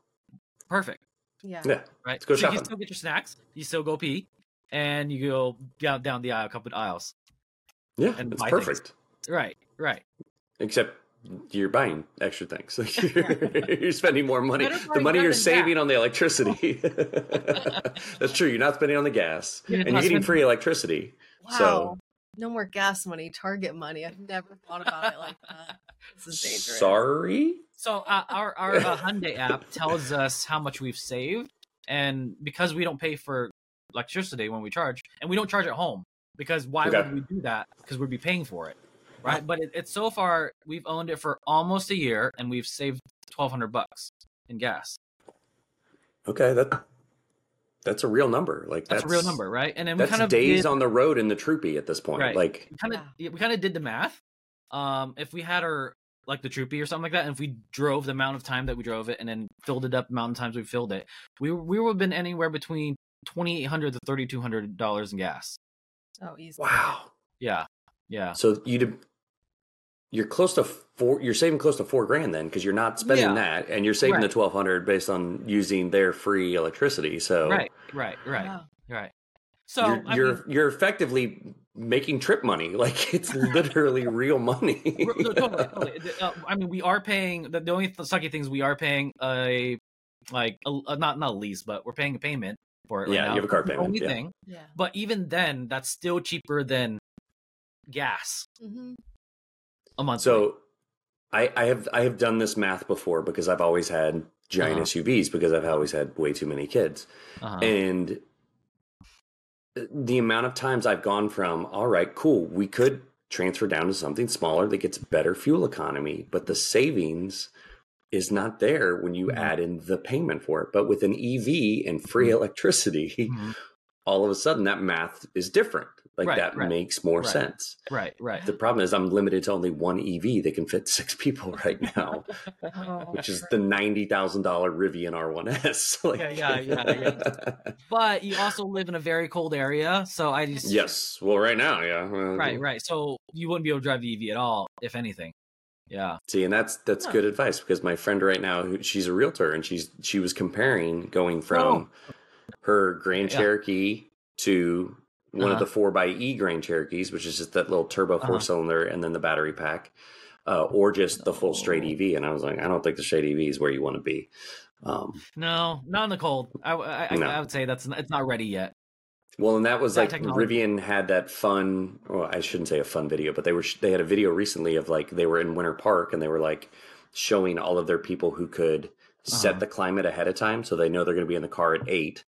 [SPEAKER 3] perfect,
[SPEAKER 2] Yeah.
[SPEAKER 1] yeah,
[SPEAKER 3] right?
[SPEAKER 1] Let's go
[SPEAKER 3] so you
[SPEAKER 1] shopping.
[SPEAKER 3] still get your snacks, you still go pee, and you go down down the aisle, a couple of aisles.
[SPEAKER 1] yeah,
[SPEAKER 3] And
[SPEAKER 1] it's
[SPEAKER 3] buy things.
[SPEAKER 1] perfect.
[SPEAKER 3] Right, right.
[SPEAKER 1] Except you're buying extra things. Like you're, you're spending more money.
[SPEAKER 3] Better
[SPEAKER 1] The
[SPEAKER 3] buying
[SPEAKER 1] money
[SPEAKER 3] that
[SPEAKER 1] you're
[SPEAKER 3] than
[SPEAKER 1] saving on the electricity. That's true. You're not spending on the gas,
[SPEAKER 3] You're
[SPEAKER 1] and you're getting
[SPEAKER 3] not spending-
[SPEAKER 1] free electricity.
[SPEAKER 2] Wow.
[SPEAKER 1] So-
[SPEAKER 2] no more gas money, Target money. I've never thought about it like that. This is dangerous.
[SPEAKER 1] Sorry.
[SPEAKER 3] So uh, our our uh, Hyundai app tells us how much we've saved, and because we don't pay for electricity when we charge, and we don't charge at home because why
[SPEAKER 1] Okay.
[SPEAKER 3] would we do that? Because we'd be paying for it, right? But it, it's so far we've owned it for almost a year, and we've saved twelve hundred bucks in gas.
[SPEAKER 1] Okay, that that's a real number. Like
[SPEAKER 3] That's, a real number, right? And then we
[SPEAKER 1] That's
[SPEAKER 3] kind of
[SPEAKER 1] days
[SPEAKER 3] did,
[SPEAKER 1] on the road in the troopy at this point.
[SPEAKER 3] Right.
[SPEAKER 1] Like
[SPEAKER 3] kind of we kind of did the math. Um, if we had our like the troopy or something like that, and if we drove the amount of time that we drove it, and then filled it up the amount of times we filled it, we we would have been anywhere between twenty eight hundred to thirty two hundred dollars in gas.
[SPEAKER 2] Oh, easy.
[SPEAKER 1] wow.
[SPEAKER 3] Yeah, yeah,
[SPEAKER 1] So you did, you're close to four. You're saving close to four grand then because you're not spending
[SPEAKER 3] Yeah.
[SPEAKER 1] that, and you're saving
[SPEAKER 3] Right.
[SPEAKER 1] the twelve hundred based on using their free electricity. So
[SPEAKER 3] right, right, right,
[SPEAKER 2] Wow.
[SPEAKER 3] right. So
[SPEAKER 1] you're
[SPEAKER 3] I
[SPEAKER 1] you're,
[SPEAKER 3] mean,
[SPEAKER 1] you're effectively making trip money. Like it's literally real money.
[SPEAKER 3] we're- no, totally, totally. The- uh, I mean, we are paying the, the only th- sucky things we are paying a like a, a- not not a lease, but we're paying a payment for it. Right
[SPEAKER 1] Yeah,
[SPEAKER 3] now.
[SPEAKER 1] you have a car
[SPEAKER 3] That's the
[SPEAKER 1] payment,
[SPEAKER 3] Only
[SPEAKER 1] yeah.
[SPEAKER 3] thing.
[SPEAKER 2] Yeah.
[SPEAKER 3] But even then, that's still cheaper than gas
[SPEAKER 2] Mm-hmm.
[SPEAKER 3] a month.
[SPEAKER 1] So I, I have I have done this math before because I've always had giant
[SPEAKER 3] Uh-huh.
[SPEAKER 1] SUVs because I've always had way too many kids.
[SPEAKER 3] Uh-huh.
[SPEAKER 1] And uh, the amount of times I've gone from, all right, cool, we could transfer down to something smaller that gets better fuel economy, but the savings is not there when you
[SPEAKER 3] Mhm.
[SPEAKER 1] add in the payment for it. But with an EV and free
[SPEAKER 3] Mhm.
[SPEAKER 1] electricity,
[SPEAKER 3] Mhm.
[SPEAKER 1] all of a sudden that math is different. Like
[SPEAKER 3] Right,
[SPEAKER 1] that
[SPEAKER 3] right,
[SPEAKER 1] makes more
[SPEAKER 3] right.
[SPEAKER 1] sense.
[SPEAKER 3] Right, right.
[SPEAKER 1] The problem is I'm limited to only one EV that can fit six people right now,
[SPEAKER 2] Oh.
[SPEAKER 1] which is the ninety thousand dollar Rivian R1S. like,
[SPEAKER 3] Yeah, yeah, yeah, But you also live in a very cold area, so I just
[SPEAKER 1] yes. Well, right now, yeah. Well,
[SPEAKER 3] Right, right. So you wouldn't be able to drive the EV at all, if anything. Yeah.
[SPEAKER 1] See, and that's that's
[SPEAKER 2] Huh.
[SPEAKER 1] good advice because my friend right now, who, she's a realtor, and she's she was comparing going from her Grand
[SPEAKER 3] Oh. Yeah.
[SPEAKER 1] Cherokee to one of
[SPEAKER 3] Uh-huh.
[SPEAKER 1] the four by E Grand Cherokees, which is just that little turbo
[SPEAKER 3] Uh-huh.
[SPEAKER 1] four cylinder and then the battery pack, uh, or just the full straight
[SPEAKER 3] No.
[SPEAKER 1] EV. And I was like, I don't think the straight EV is where you want to be. Um,
[SPEAKER 3] No, not in the cold. I, I, I-
[SPEAKER 1] No.
[SPEAKER 3] I would say that's it's not ready yet.
[SPEAKER 1] Well, and that was
[SPEAKER 3] That
[SPEAKER 1] like
[SPEAKER 3] technology.
[SPEAKER 1] Rivian had that fun. Well, I shouldn't say a fun video, but they were they had a video recently of like they were in Winter Park and they were like showing all of their people who could set
[SPEAKER 3] Uh-huh.
[SPEAKER 1] the climate ahead of time, so they know they're going to be in the car at 8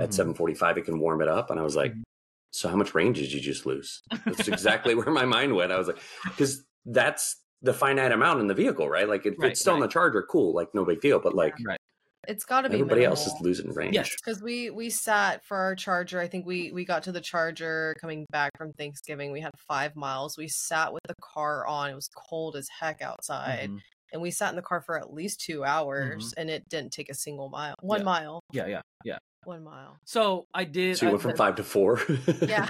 [SPEAKER 1] At
[SPEAKER 3] Mhm.
[SPEAKER 1] seven forty five, it can warm it up. And I was like,
[SPEAKER 3] Mhm.
[SPEAKER 1] so how much range did you just lose? That's exactly where my mind went. I was like, because that's the finite amount in the vehicle, right? Like if
[SPEAKER 3] Right,
[SPEAKER 1] it's still on
[SPEAKER 3] right.
[SPEAKER 1] the charger, cool, like no big deal. But like
[SPEAKER 2] it's got to be
[SPEAKER 1] everybody else is
[SPEAKER 2] minimal.
[SPEAKER 1] losing range.
[SPEAKER 3] Yes.
[SPEAKER 2] because we we sat for our charger i think we we got to the charger coming back from thanksgiving we had five miles we sat with the car on it was cold as heck outside
[SPEAKER 1] Mm-hmm.
[SPEAKER 3] Mhm.
[SPEAKER 2] and we sat in the car for at least two hours and it didn't take a single mile one
[SPEAKER 3] Yeah.
[SPEAKER 2] mile
[SPEAKER 3] Yeah, yeah, yeah.
[SPEAKER 2] one mile
[SPEAKER 3] So I did.
[SPEAKER 1] So you
[SPEAKER 3] I-
[SPEAKER 1] went from five to four.
[SPEAKER 2] Yeah.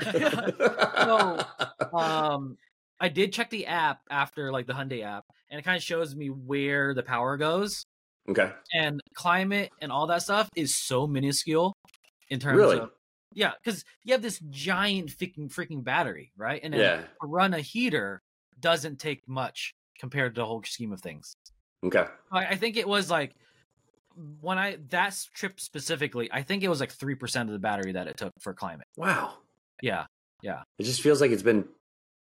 [SPEAKER 2] uh,
[SPEAKER 3] um I did check the app after like the Hyundai app and it kind of shows me where the power goes
[SPEAKER 1] Okay.
[SPEAKER 3] and climate and all that stuff is so minuscule in terms
[SPEAKER 1] Really?
[SPEAKER 3] of yeah cuz you have this giant freaking freaking battery right and then
[SPEAKER 1] yeah.
[SPEAKER 3] to run a heater doesn't take much compared to the whole scheme of things
[SPEAKER 1] Okay.
[SPEAKER 3] I, I think it was like when I that s- trip specifically I think it was like 3% of the battery that it took for climate
[SPEAKER 1] Wow.
[SPEAKER 3] yeah
[SPEAKER 1] It just feels like it's been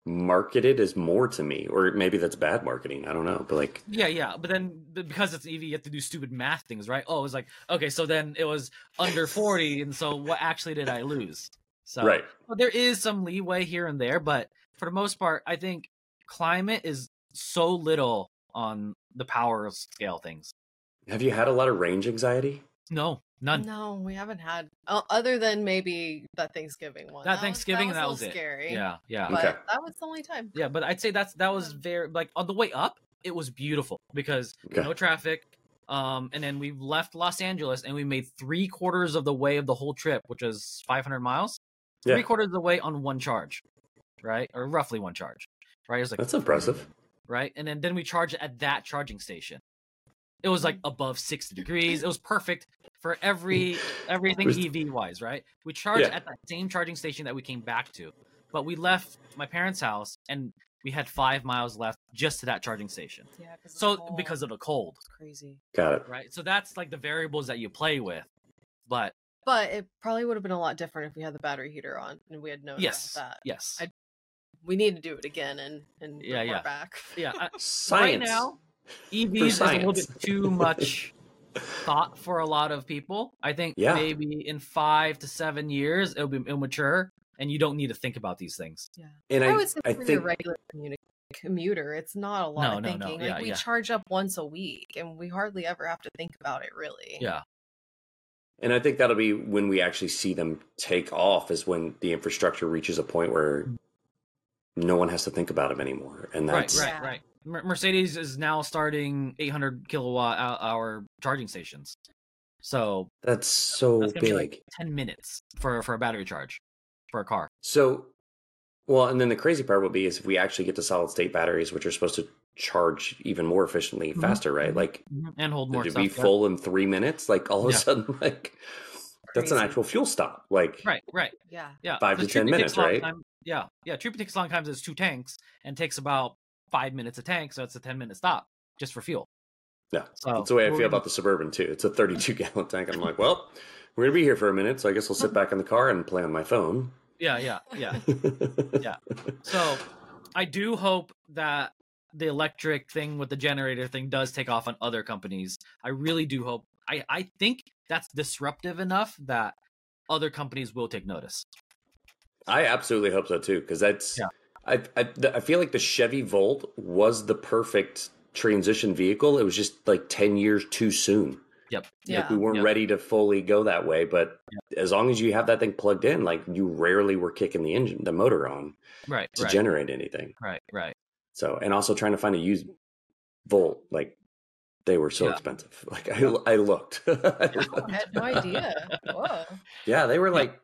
[SPEAKER 1] marketed as more to me, or maybe that's bad marketing. I don't know. But like,
[SPEAKER 3] Yeah, yeah, but then b- because it's EV, you have to do stupid math things, right? Oh, it's like okay, so then it was under forty, and so what actually did I lose? So
[SPEAKER 1] right.
[SPEAKER 3] well, there is some leeway here and there, but for the most part, I think climate is so little on the power scale things.
[SPEAKER 1] Have you had a lot of range anxiety?
[SPEAKER 3] No, none.
[SPEAKER 2] no we haven't had o- other than maybe that thanksgiving one
[SPEAKER 3] That Thanksgiving, that
[SPEAKER 2] a
[SPEAKER 3] was
[SPEAKER 2] little
[SPEAKER 3] it.
[SPEAKER 2] scary
[SPEAKER 3] Yeah, yeah,
[SPEAKER 2] but
[SPEAKER 1] Okay.
[SPEAKER 2] that was the only time
[SPEAKER 3] yeah. But I'd say that's that was very like on the way up, it was beautiful because
[SPEAKER 1] Okay.
[SPEAKER 3] no traffic. Um, and then we left Los Angeles and we made three quarters of the way of the whole trip, which is 500 miles.
[SPEAKER 1] Yeah.
[SPEAKER 3] Three quarters of the way on one charge, right? Or roughly one charge, right? It was like
[SPEAKER 1] That's impressive.
[SPEAKER 3] right? And then then we charged at that charging station. It was like above 60 degrees. It was perfect for every everything
[SPEAKER 1] Was-
[SPEAKER 3] EV wise, right? We charged
[SPEAKER 1] Yeah.
[SPEAKER 3] at that same charging station that we came back to, but we left my parents' house and we had five miles left just to that charging station.
[SPEAKER 2] yeah 'cause it's
[SPEAKER 3] So
[SPEAKER 2] cold.
[SPEAKER 3] because of the cold,
[SPEAKER 2] it's crazy
[SPEAKER 1] Got it.
[SPEAKER 3] right? So that's like the variables that you play with. But
[SPEAKER 2] but it probably would have been a lot different if we had the battery heater on and we had known about
[SPEAKER 3] yes,
[SPEAKER 2] Oh, that
[SPEAKER 3] yes,
[SPEAKER 2] I- we need to do it again and and
[SPEAKER 3] Yeah,
[SPEAKER 2] yeah,
[SPEAKER 3] yeah.
[SPEAKER 2] back.
[SPEAKER 3] yeah. I-
[SPEAKER 1] Science.
[SPEAKER 3] Right now, EVs is a little bit
[SPEAKER 1] science.
[SPEAKER 3] too much thought for a lot of people. I think
[SPEAKER 1] Yeah.
[SPEAKER 3] maybe in five to seven years it'll be immature, and you don't need to think about these things.
[SPEAKER 1] and
[SPEAKER 2] I
[SPEAKER 1] I,
[SPEAKER 2] would say
[SPEAKER 1] I
[SPEAKER 2] for your
[SPEAKER 1] think
[SPEAKER 2] regular communi- commuter, it's not a lot
[SPEAKER 3] No,
[SPEAKER 2] of
[SPEAKER 3] no, no,
[SPEAKER 2] thinking.
[SPEAKER 3] yeah,
[SPEAKER 2] like we
[SPEAKER 3] yeah.
[SPEAKER 2] charge up once a week, and we hardly ever have to think about it really.
[SPEAKER 3] Yeah,
[SPEAKER 1] And I think that'll be when we actually see them take off, is when the infrastructure reaches a point where no one has to think about them anymore. And
[SPEAKER 3] right,
[SPEAKER 1] that's
[SPEAKER 3] right, right. Mer- Mercedes is now starting 800 kilowatt hou- hour charging stations, so
[SPEAKER 1] that's so
[SPEAKER 3] That's gonna be
[SPEAKER 1] big.
[SPEAKER 3] like 10 minutes for for a battery charge for a car.
[SPEAKER 1] So, well, and then the crazy part would be is if we actually get to solid state batteries, which are supposed to charge even more efficiently,
[SPEAKER 3] Mhm,
[SPEAKER 1] faster, right?
[SPEAKER 3] mhm.
[SPEAKER 1] Like
[SPEAKER 3] And hold more
[SPEAKER 1] to
[SPEAKER 3] stuff.
[SPEAKER 1] be
[SPEAKER 3] yeah.
[SPEAKER 1] full in three minutes, like all of
[SPEAKER 3] Yeah.
[SPEAKER 1] a sudden, like that's an
[SPEAKER 2] Crazy.
[SPEAKER 1] actual fuel stop. Like,
[SPEAKER 3] Right, right.
[SPEAKER 2] Yeah.
[SPEAKER 3] Yeah,
[SPEAKER 1] Five
[SPEAKER 3] the
[SPEAKER 1] to 10
[SPEAKER 3] Trooper
[SPEAKER 1] minutes,
[SPEAKER 3] takes a long
[SPEAKER 1] right?
[SPEAKER 3] time- yeah, yeah. Trooper takes a long time. There's two tanks and takes about five minutes a tank, so it's a 10 minute stop just for fuel.
[SPEAKER 1] Yeah,
[SPEAKER 3] so
[SPEAKER 1] that's the way I
[SPEAKER 3] we're
[SPEAKER 1] feel
[SPEAKER 3] gonna-
[SPEAKER 1] about the Suburban too. It's a 32 gallon tank. I'm like, well, we're gonna be here for a minute, so I guess we'll sit back in the car and play on my phone.
[SPEAKER 3] Yeah, yeah, yeah. So I do hope that the electric thing with the generator thing does take off on other companies. I really do hope. I I think that's disruptive enough that other companies will take notice.
[SPEAKER 1] I absolutely hope so too, because that's.
[SPEAKER 3] Yeah.
[SPEAKER 1] I, I I feel like the Chevy Volt was the perfect transition vehicle. It was just like ten years too soon. Like
[SPEAKER 2] Yeah.
[SPEAKER 1] we weren't
[SPEAKER 3] Yeah.
[SPEAKER 1] ready to fully go that way, but as long as you have that thing plugged in, like you rarely were kicking the engine, the motor on
[SPEAKER 3] Right.
[SPEAKER 1] to
[SPEAKER 3] Right.
[SPEAKER 1] generate anything.
[SPEAKER 3] right. Right.
[SPEAKER 1] So, and also trying to find a used Volt, like they were so
[SPEAKER 3] Yeah.
[SPEAKER 1] expensive. Like I, I looked.
[SPEAKER 2] I had no idea. Whoa.
[SPEAKER 1] yeah, they were like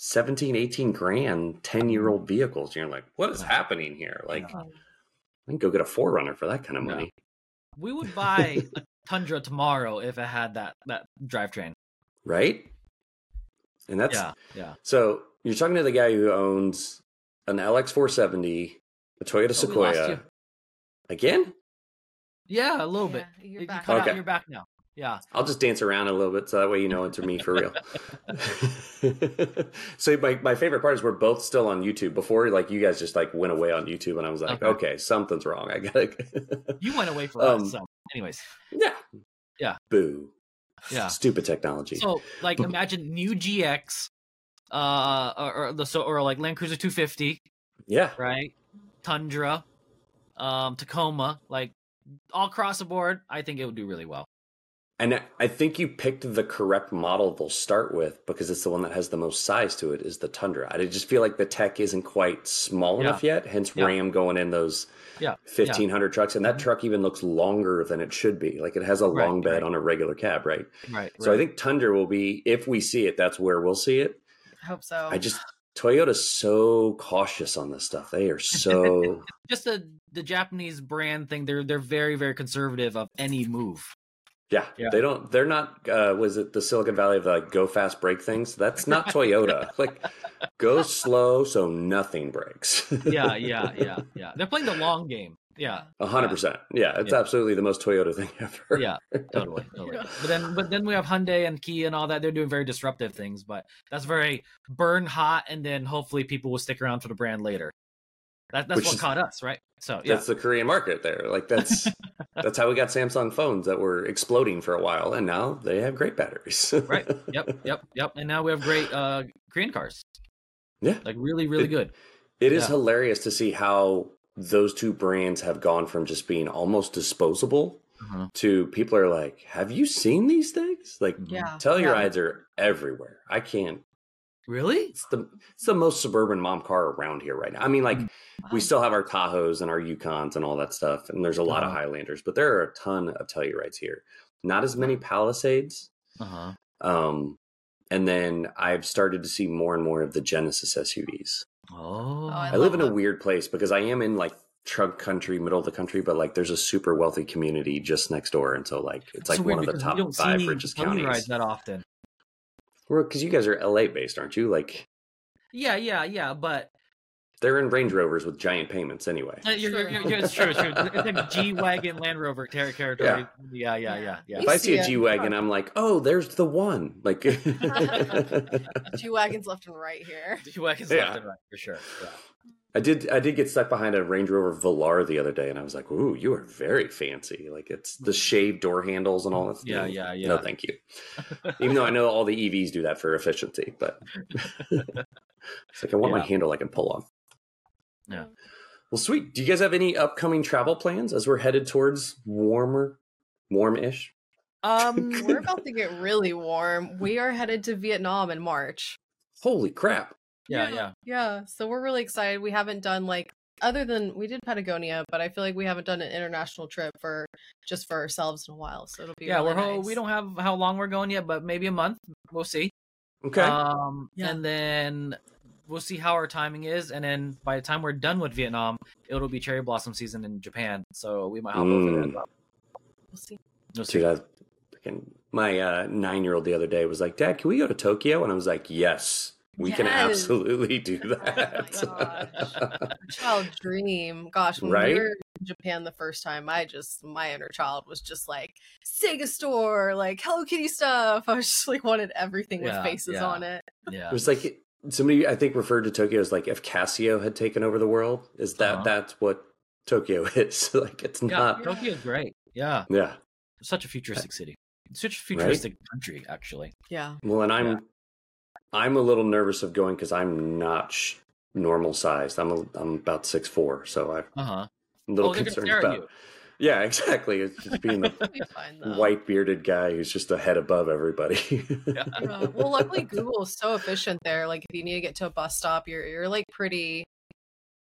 [SPEAKER 1] 17, 18 grand, 10 year old vehicles. You're like, what is happening here? Like,
[SPEAKER 3] Yeah.
[SPEAKER 1] I can go get a Forerunner for that kind of
[SPEAKER 3] Yeah.
[SPEAKER 1] money.
[SPEAKER 3] We would buy a Tundra tomorrow if it had that that drivetrain.
[SPEAKER 1] Right. And that's,
[SPEAKER 3] yeah. Yeah.
[SPEAKER 1] So you're talking to the guy who owns an LX470, a Toyota
[SPEAKER 3] Oh, we lost
[SPEAKER 1] Sequoia.
[SPEAKER 3] you.
[SPEAKER 1] Again?
[SPEAKER 3] Yeah. A little bit.
[SPEAKER 2] Yeah,
[SPEAKER 3] You-
[SPEAKER 2] you're
[SPEAKER 3] You
[SPEAKER 2] back.
[SPEAKER 3] cut out.
[SPEAKER 1] Okay.
[SPEAKER 3] You're back now. Yeah.
[SPEAKER 1] I'll just dance around a little bit so that way you know it's me for real. so my, my favorite part is we're both still on YouTube. Before like you guys just like went away on YouTube and I was like, okay,
[SPEAKER 3] Okay.
[SPEAKER 1] something's wrong. I gotta
[SPEAKER 3] You went away for
[SPEAKER 1] Um,
[SPEAKER 3] us. So, anyways.
[SPEAKER 1] Yeah.
[SPEAKER 3] Yeah.
[SPEAKER 1] Boo.
[SPEAKER 3] Yeah.
[SPEAKER 1] Stupid technology.
[SPEAKER 3] So, like, imagine new GX, uh, or, or the so, or like Land Cruiser 250,
[SPEAKER 1] yeah.
[SPEAKER 3] right? Tundra, um, Tacoma, like all across the board. I think it would do really well.
[SPEAKER 1] And I- I think you picked the correct model they'll start with because it's the one that has the most size to it is the Tundra. I just feel like the tech isn't quite small
[SPEAKER 3] Yeah.
[SPEAKER 1] enough yet, hence
[SPEAKER 3] Yeah.
[SPEAKER 1] Ram going in those
[SPEAKER 3] Yeah.
[SPEAKER 1] 1500 trucks and that
[SPEAKER 3] Mhm.
[SPEAKER 1] truck even looks longer than it should be. Like it has a
[SPEAKER 3] Right,
[SPEAKER 1] long bed
[SPEAKER 3] right.
[SPEAKER 1] on a regular cab, right?
[SPEAKER 3] Right.
[SPEAKER 1] So I think Tundra will be if we see it, that's where we'll see it.
[SPEAKER 2] I hope so.
[SPEAKER 1] I just Toyota's so cautious on this stuff. They are so
[SPEAKER 3] just the the Japanese brand thing. They're they're very very conservative of any move.
[SPEAKER 1] Yeah,
[SPEAKER 3] Yeah.
[SPEAKER 1] they don't. They're not. Uh, was it the Silicon Valley of the like, go fast, break things? That's not Toyota. like, go slow so nothing breaks.
[SPEAKER 3] Yeah. Yeah. Yeah. Yeah. They're playing the long game. Yeah.
[SPEAKER 1] a hundred percent. Yeah, it's
[SPEAKER 3] Yeah.
[SPEAKER 1] absolutely the most Toyota thing ever.
[SPEAKER 3] Yeah. Totally. totally. But then but then we have Hyundai and Kia and all that. They're doing very disruptive things, but that's very burn hot, and then hopefully people will stick around for the brand later. That, that's
[SPEAKER 1] Which
[SPEAKER 3] what
[SPEAKER 1] is-
[SPEAKER 3] caught us, right? So yeah.
[SPEAKER 1] that's the Korean market there. Like that's that's how we got Samsung phones that were exploding for a while, and now they have great batteries.
[SPEAKER 3] Right. Yep. Yep. Yep. And now we have great uh Korean cars.
[SPEAKER 1] Yeah.
[SPEAKER 3] Like really, really good.
[SPEAKER 1] It is
[SPEAKER 3] Yeah.
[SPEAKER 1] hilarious to see how those two brands have gone from just being almost disposable
[SPEAKER 3] Mhm.
[SPEAKER 1] to people are like, "Have you seen these things?" Like.
[SPEAKER 2] yeah. yeah.
[SPEAKER 1] Tellurides are everywhere. I can't.
[SPEAKER 3] Really?
[SPEAKER 1] It's the it's the most suburban mom car around here right now. I mean, like
[SPEAKER 3] Mm-hmm.
[SPEAKER 1] we still have our Tahoes and our Yukons and all that stuff, and there's a lot of
[SPEAKER 3] Uh-huh.
[SPEAKER 1] Highlanders, but there are a ton of Tellurides here. Not as many Palisades,
[SPEAKER 3] Uh-huh.
[SPEAKER 1] um, and then I've started to see more and more of the Genesis SUVs.
[SPEAKER 3] Oh,
[SPEAKER 2] I
[SPEAKER 1] I live in a
[SPEAKER 2] that.
[SPEAKER 1] weird place because I am in like trunk country, middle of the country, but like there's a super wealthy community just next door, and so like it's like
[SPEAKER 3] so weird
[SPEAKER 1] one of the
[SPEAKER 3] because we
[SPEAKER 1] top
[SPEAKER 3] don't
[SPEAKER 1] five
[SPEAKER 3] see
[SPEAKER 1] richest
[SPEAKER 3] Telluride
[SPEAKER 1] counties.
[SPEAKER 3] that often.
[SPEAKER 1] Well, because you guys are LA based, aren't you? Like
[SPEAKER 3] Yeah, yeah, yeah. But
[SPEAKER 1] They're in Range Rovers with giant payments anyway.
[SPEAKER 3] uh, you're, you're, you're, it's true. It's true. It's like G wagon Land Rover ter- territory. Yeah, yeah, yeah, yeah.
[SPEAKER 2] Yeah.
[SPEAKER 1] If I see a
[SPEAKER 2] Yeah.
[SPEAKER 1] G wagon, I'm like, oh, there's the one. Like, I
[SPEAKER 2] two wagons left and right here.
[SPEAKER 3] G wagons
[SPEAKER 1] Yeah.
[SPEAKER 3] left and right for sure. Yeah.
[SPEAKER 1] did, I did get stuck behind a Range Rover Velar the other day, and I was like, ooh, you are very fancy. Like, it's the shaved door handles and all that.
[SPEAKER 3] Yeah,
[SPEAKER 1] Mm,
[SPEAKER 3] yeah, yeah.
[SPEAKER 1] No, thank you. Even though I know all the EVs do that for efficiency, but it's like I want my
[SPEAKER 3] Yeah.
[SPEAKER 1] handle I can pull off.
[SPEAKER 3] Yeah.
[SPEAKER 1] Well, sweet. Do you guys have any upcoming travel plans as we're headed towards warmer, warm-ish?
[SPEAKER 3] Um,
[SPEAKER 2] We're about to get really warm. We are headed to Vietnam in March.
[SPEAKER 1] Holy crap!
[SPEAKER 3] yeah, yeah.
[SPEAKER 2] Yeah. So we're really excited. We haven't done like other than we did Patagonia, but I feel like we haven't done an international trip for just for ourselves in a while. So it'll be
[SPEAKER 3] Yeah,
[SPEAKER 2] really
[SPEAKER 3] we're ho-
[SPEAKER 2] nice.
[SPEAKER 3] we don't have how long we're going yet, but maybe a month. We'll see.
[SPEAKER 1] Okay.
[SPEAKER 3] Um,
[SPEAKER 2] Yeah.
[SPEAKER 3] and then we'll see how our timing is, and then by the time we're done with Vietnam, it'll be cherry blossom season in Japan, so we might hop over there.
[SPEAKER 1] Mm.
[SPEAKER 3] as well.
[SPEAKER 2] We'll see.
[SPEAKER 3] We'll see.
[SPEAKER 1] Dude, I, fucking- my uh, nine year old the other day was like, Dad, can we go to Tokyo? And I was like, Yes, we can
[SPEAKER 2] Yes.
[SPEAKER 1] absolutely do
[SPEAKER 2] Oh my
[SPEAKER 1] that.
[SPEAKER 2] Child dream. Gosh, when
[SPEAKER 1] Right?
[SPEAKER 2] we were in Japan the first time, I just my inner child was just like Sega store, like Hello Kitty stuff. I was just like wanted everything
[SPEAKER 3] Yeah,
[SPEAKER 2] with faces
[SPEAKER 3] yeah.
[SPEAKER 2] on it.
[SPEAKER 1] it
[SPEAKER 3] Yeah,
[SPEAKER 1] was like, somebody I think referred to Tokyo as like if Casio had taken over the world. Is that
[SPEAKER 3] Uh-huh.
[SPEAKER 1] that's what Tokyo is. like it's
[SPEAKER 3] Yeah,
[SPEAKER 1] not.
[SPEAKER 3] Tokyo's great. Yeah,
[SPEAKER 1] Yeah.
[SPEAKER 3] such a
[SPEAKER 1] Uh,
[SPEAKER 3] futuristic city. Such a futuristic country, actually.
[SPEAKER 2] Yeah.
[SPEAKER 1] Well, and I'm
[SPEAKER 3] Yeah.
[SPEAKER 1] I'm a little nervous of going because I'm not sh- normal sized. I'm a, I'm about six four, so I'm
[SPEAKER 3] Uh huh.
[SPEAKER 1] a little
[SPEAKER 3] oh, they're gonna
[SPEAKER 1] concerned
[SPEAKER 3] stare at
[SPEAKER 1] about.
[SPEAKER 3] you.
[SPEAKER 1] Yeah, exactly. It's just being the
[SPEAKER 2] It'll be fine though.
[SPEAKER 1] white bearded guy who's just a head above everybody.
[SPEAKER 2] Yeah. Well, luckily Google's so efficient there. Like if you need to get to a bus stop, you're you're like pretty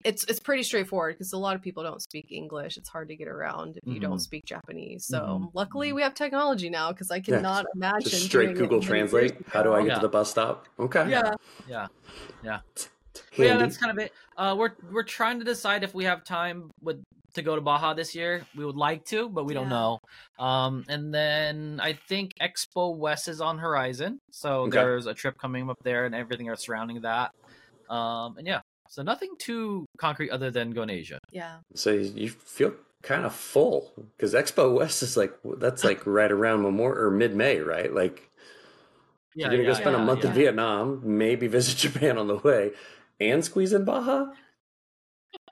[SPEAKER 2] it's it's pretty straightforward because a lot of people don't speak English. It's hard to get around if you don't
[SPEAKER 1] Mm-hmm.
[SPEAKER 3] Mhm.
[SPEAKER 2] speak Japanese. So
[SPEAKER 3] Mhm.
[SPEAKER 2] luckily we have technology now because I
[SPEAKER 1] Yeah,
[SPEAKER 2] cannot imagine
[SPEAKER 1] just straight
[SPEAKER 2] doing it
[SPEAKER 1] Google
[SPEAKER 2] many years
[SPEAKER 1] Translate. How do
[SPEAKER 2] ago.
[SPEAKER 1] I get
[SPEAKER 3] Yeah.
[SPEAKER 1] to the bus stop? Okay.
[SPEAKER 2] Yeah.
[SPEAKER 3] But yeah,
[SPEAKER 1] Handy.
[SPEAKER 3] that's kind of it. Uh, we're we're trying to decide if we have time with to go to Baja this year. We would like to, but we don't
[SPEAKER 2] Yeah.
[SPEAKER 3] know. Um, and then I think Expo West is on horizon, so
[SPEAKER 1] Okay.
[SPEAKER 3] there's a trip coming up there and everything else surrounding that. Um, and yeah, so nothing too concrete other than going to Asia.
[SPEAKER 2] Yeah.
[SPEAKER 1] So you feel kind of full because Expo West is like that's like right around Memorial or mid May, right? Like
[SPEAKER 3] Yeah,
[SPEAKER 1] you're gonna go spend a
[SPEAKER 2] yeah,
[SPEAKER 1] month in
[SPEAKER 2] yeah.
[SPEAKER 1] Vietnam, maybe visit Japan on the way, and squeeze in Baja.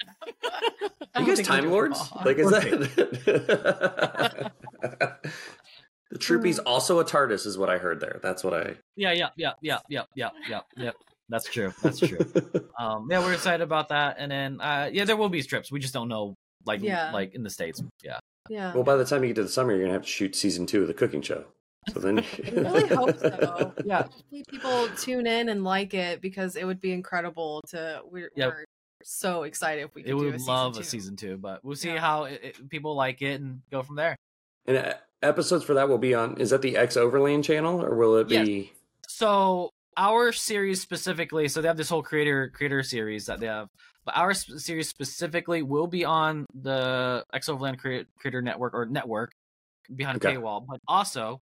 [SPEAKER 2] I
[SPEAKER 1] Are you
[SPEAKER 2] don't
[SPEAKER 1] guys
[SPEAKER 2] think we
[SPEAKER 1] time
[SPEAKER 2] do
[SPEAKER 1] lords?
[SPEAKER 2] Baja.
[SPEAKER 1] Like is that the Troopy's
[SPEAKER 2] Hmm.
[SPEAKER 1] also a TARDIS, is what I heard there. That's what I.
[SPEAKER 3] yeah, yeah, yeah, yeah, yeah, yeah, yeah, yeah. That's true. That's true. um, yeah, we're excited about that. And then uh, yeah, there will be trips. We just don't know, like
[SPEAKER 2] Yeah.
[SPEAKER 3] like in the states. Yeah.
[SPEAKER 2] Yeah.
[SPEAKER 1] Well, by the time you get to the summer, you're gonna have to shoot season two of the cooking show. So then,
[SPEAKER 2] I really hope so. Yeah. Hopefully people tune in and like it because it would be incredible to we're,
[SPEAKER 3] Yeah.
[SPEAKER 2] we're so excited if we could
[SPEAKER 3] it
[SPEAKER 2] do
[SPEAKER 3] would
[SPEAKER 2] a season
[SPEAKER 3] love
[SPEAKER 2] two.
[SPEAKER 3] a season two, but we'll see
[SPEAKER 2] Yeah.
[SPEAKER 3] how it, it- people like it and go from there.
[SPEAKER 1] And uh, episodes for that will be on. Is that the X Overland channel, or will it
[SPEAKER 3] Yes.
[SPEAKER 1] be?
[SPEAKER 3] So our series specifically, so they have this whole creator creator series that they have, but our sp- series specifically will be on the Exoverland Crea- Creator Network or network behind
[SPEAKER 1] Okay.
[SPEAKER 3] paywall, but also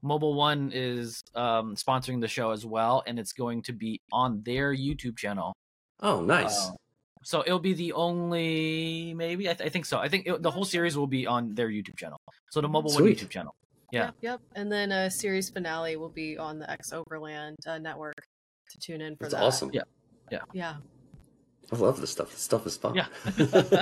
[SPEAKER 3] Mobile One is um, sponsoring the show as well, and it's going to be on their YouTube channel.
[SPEAKER 1] Oh, nice.
[SPEAKER 3] Um, so it'll be the only maybe I, th- I think so. I think it, the whole series will be on their YouTube channel. So the Mobile One
[SPEAKER 1] Sweet.
[SPEAKER 3] YouTube channel. yeah.
[SPEAKER 2] Yep, yep. And then a series finale will be on the X Overland uh, network to tune in for
[SPEAKER 1] That's
[SPEAKER 2] that.
[SPEAKER 1] awesome.
[SPEAKER 3] Yeah.
[SPEAKER 2] Yeah.
[SPEAKER 1] I love this stuff. This stuff is fun.
[SPEAKER 3] Yeah.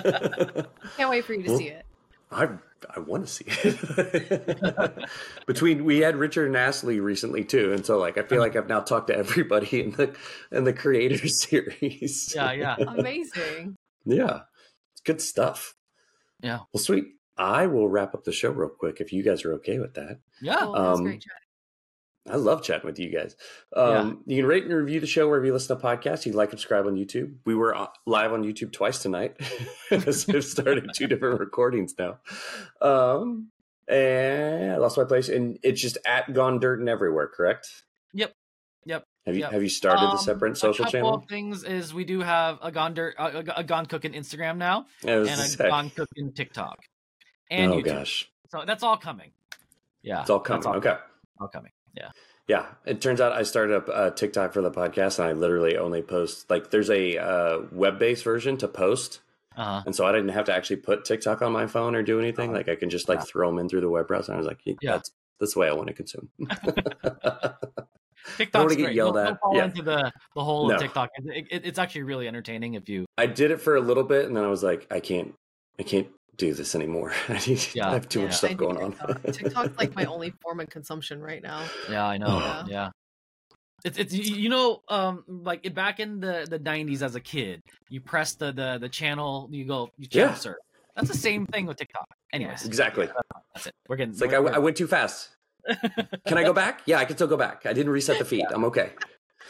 [SPEAKER 2] Can't wait for you to
[SPEAKER 1] Well,
[SPEAKER 2] see it.
[SPEAKER 1] I I want to see it. Between we had Richard Astley recently too, and so like I feel like I've now talked to everybody in the in the creator series.
[SPEAKER 3] Yeah, yeah.
[SPEAKER 2] Amazing.
[SPEAKER 1] yeah. It's good stuff.
[SPEAKER 3] Yeah.
[SPEAKER 1] Well, sweet. I will wrap up the show real quick if you guys are okay with that.
[SPEAKER 3] Yeah.
[SPEAKER 2] Cool, that was
[SPEAKER 1] Um,
[SPEAKER 2] great chat.
[SPEAKER 1] I love chatting with you guys. Um, You can rate and review the show wherever you listen to podcasts. You can like, subscribe on YouTube. We were uh, live on YouTube twice tonight. so we've started two different recordings now. Um, and I lost my place. And it's just at Gone Dirt and everywhere, correct?
[SPEAKER 3] Yep. Yep.
[SPEAKER 1] Have you
[SPEAKER 3] Yep.
[SPEAKER 1] have you started
[SPEAKER 3] Um,
[SPEAKER 1] a separate
[SPEAKER 3] a
[SPEAKER 1] social
[SPEAKER 3] couple
[SPEAKER 1] channel?
[SPEAKER 3] Of things is we do have a Gonder, a, a, a Gone Cooking Instagram now,
[SPEAKER 1] I was
[SPEAKER 3] and
[SPEAKER 1] gonna
[SPEAKER 3] a
[SPEAKER 1] say.
[SPEAKER 3] Gone Cooking TikTok, and
[SPEAKER 1] oh
[SPEAKER 3] YouTube.
[SPEAKER 1] gosh,
[SPEAKER 3] So that's all coming. Yeah,
[SPEAKER 1] it's all
[SPEAKER 3] that's
[SPEAKER 1] coming. okay.
[SPEAKER 3] all coming.
[SPEAKER 1] Yeah, it turns out I started up uh, TikTok for the podcast, and I literally only post like there's a uh, web based version to post,
[SPEAKER 3] Uh-huh.
[SPEAKER 1] and so I didn't have to actually put TikTok on my phone or do anything. Like I can just like
[SPEAKER 3] Oh, Yeah.
[SPEAKER 1] throw them in through the web browser. And I was like, yeah,
[SPEAKER 3] Yeah.
[SPEAKER 1] that's that's the way I want to consume.
[SPEAKER 3] TikTok's
[SPEAKER 1] get
[SPEAKER 3] great.
[SPEAKER 1] yelled
[SPEAKER 3] Don't-
[SPEAKER 1] at.
[SPEAKER 3] don't fall
[SPEAKER 1] Yeah.
[SPEAKER 3] into the the whole
[SPEAKER 1] No.
[SPEAKER 3] of TikTok. It, it, it's actually really entertaining if you.
[SPEAKER 1] I did it for a little bit, and then I was like, I can't, I can't do this anymore. I need,
[SPEAKER 3] Yeah.
[SPEAKER 1] I have too
[SPEAKER 3] Yeah.
[SPEAKER 1] much
[SPEAKER 2] I
[SPEAKER 1] stuff
[SPEAKER 2] need
[SPEAKER 1] going on.
[SPEAKER 2] TikTok. TikTok's like my only form of consumption right now.
[SPEAKER 3] Yeah, I know.
[SPEAKER 1] Oh.
[SPEAKER 3] Yeah. It's, it's you you know um like it- back in the the 90s as a kid you press the the the channel you go you channel
[SPEAKER 1] Yeah.
[SPEAKER 3] surf that's the same thing with TikTok anyways
[SPEAKER 1] Exactly.
[SPEAKER 3] that's it we're getting
[SPEAKER 1] It's like I,
[SPEAKER 3] we're-
[SPEAKER 1] I went too fast. Can I go back? Yeah, I can still go back. I didn't reset the feed. I'm okay.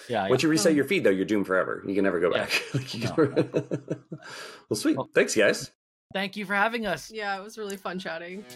[SPEAKER 3] yeah, yeah.
[SPEAKER 1] Once you reset
[SPEAKER 2] Um,
[SPEAKER 1] your feed, though, you're doomed forever. You can never go
[SPEAKER 3] Yeah.
[SPEAKER 1] back. Like, you
[SPEAKER 3] No,
[SPEAKER 1] can- well, sweet.
[SPEAKER 3] Well-
[SPEAKER 1] Thanks, guys.
[SPEAKER 3] thank you for having us
[SPEAKER 2] Yeah, it was really fun chatting.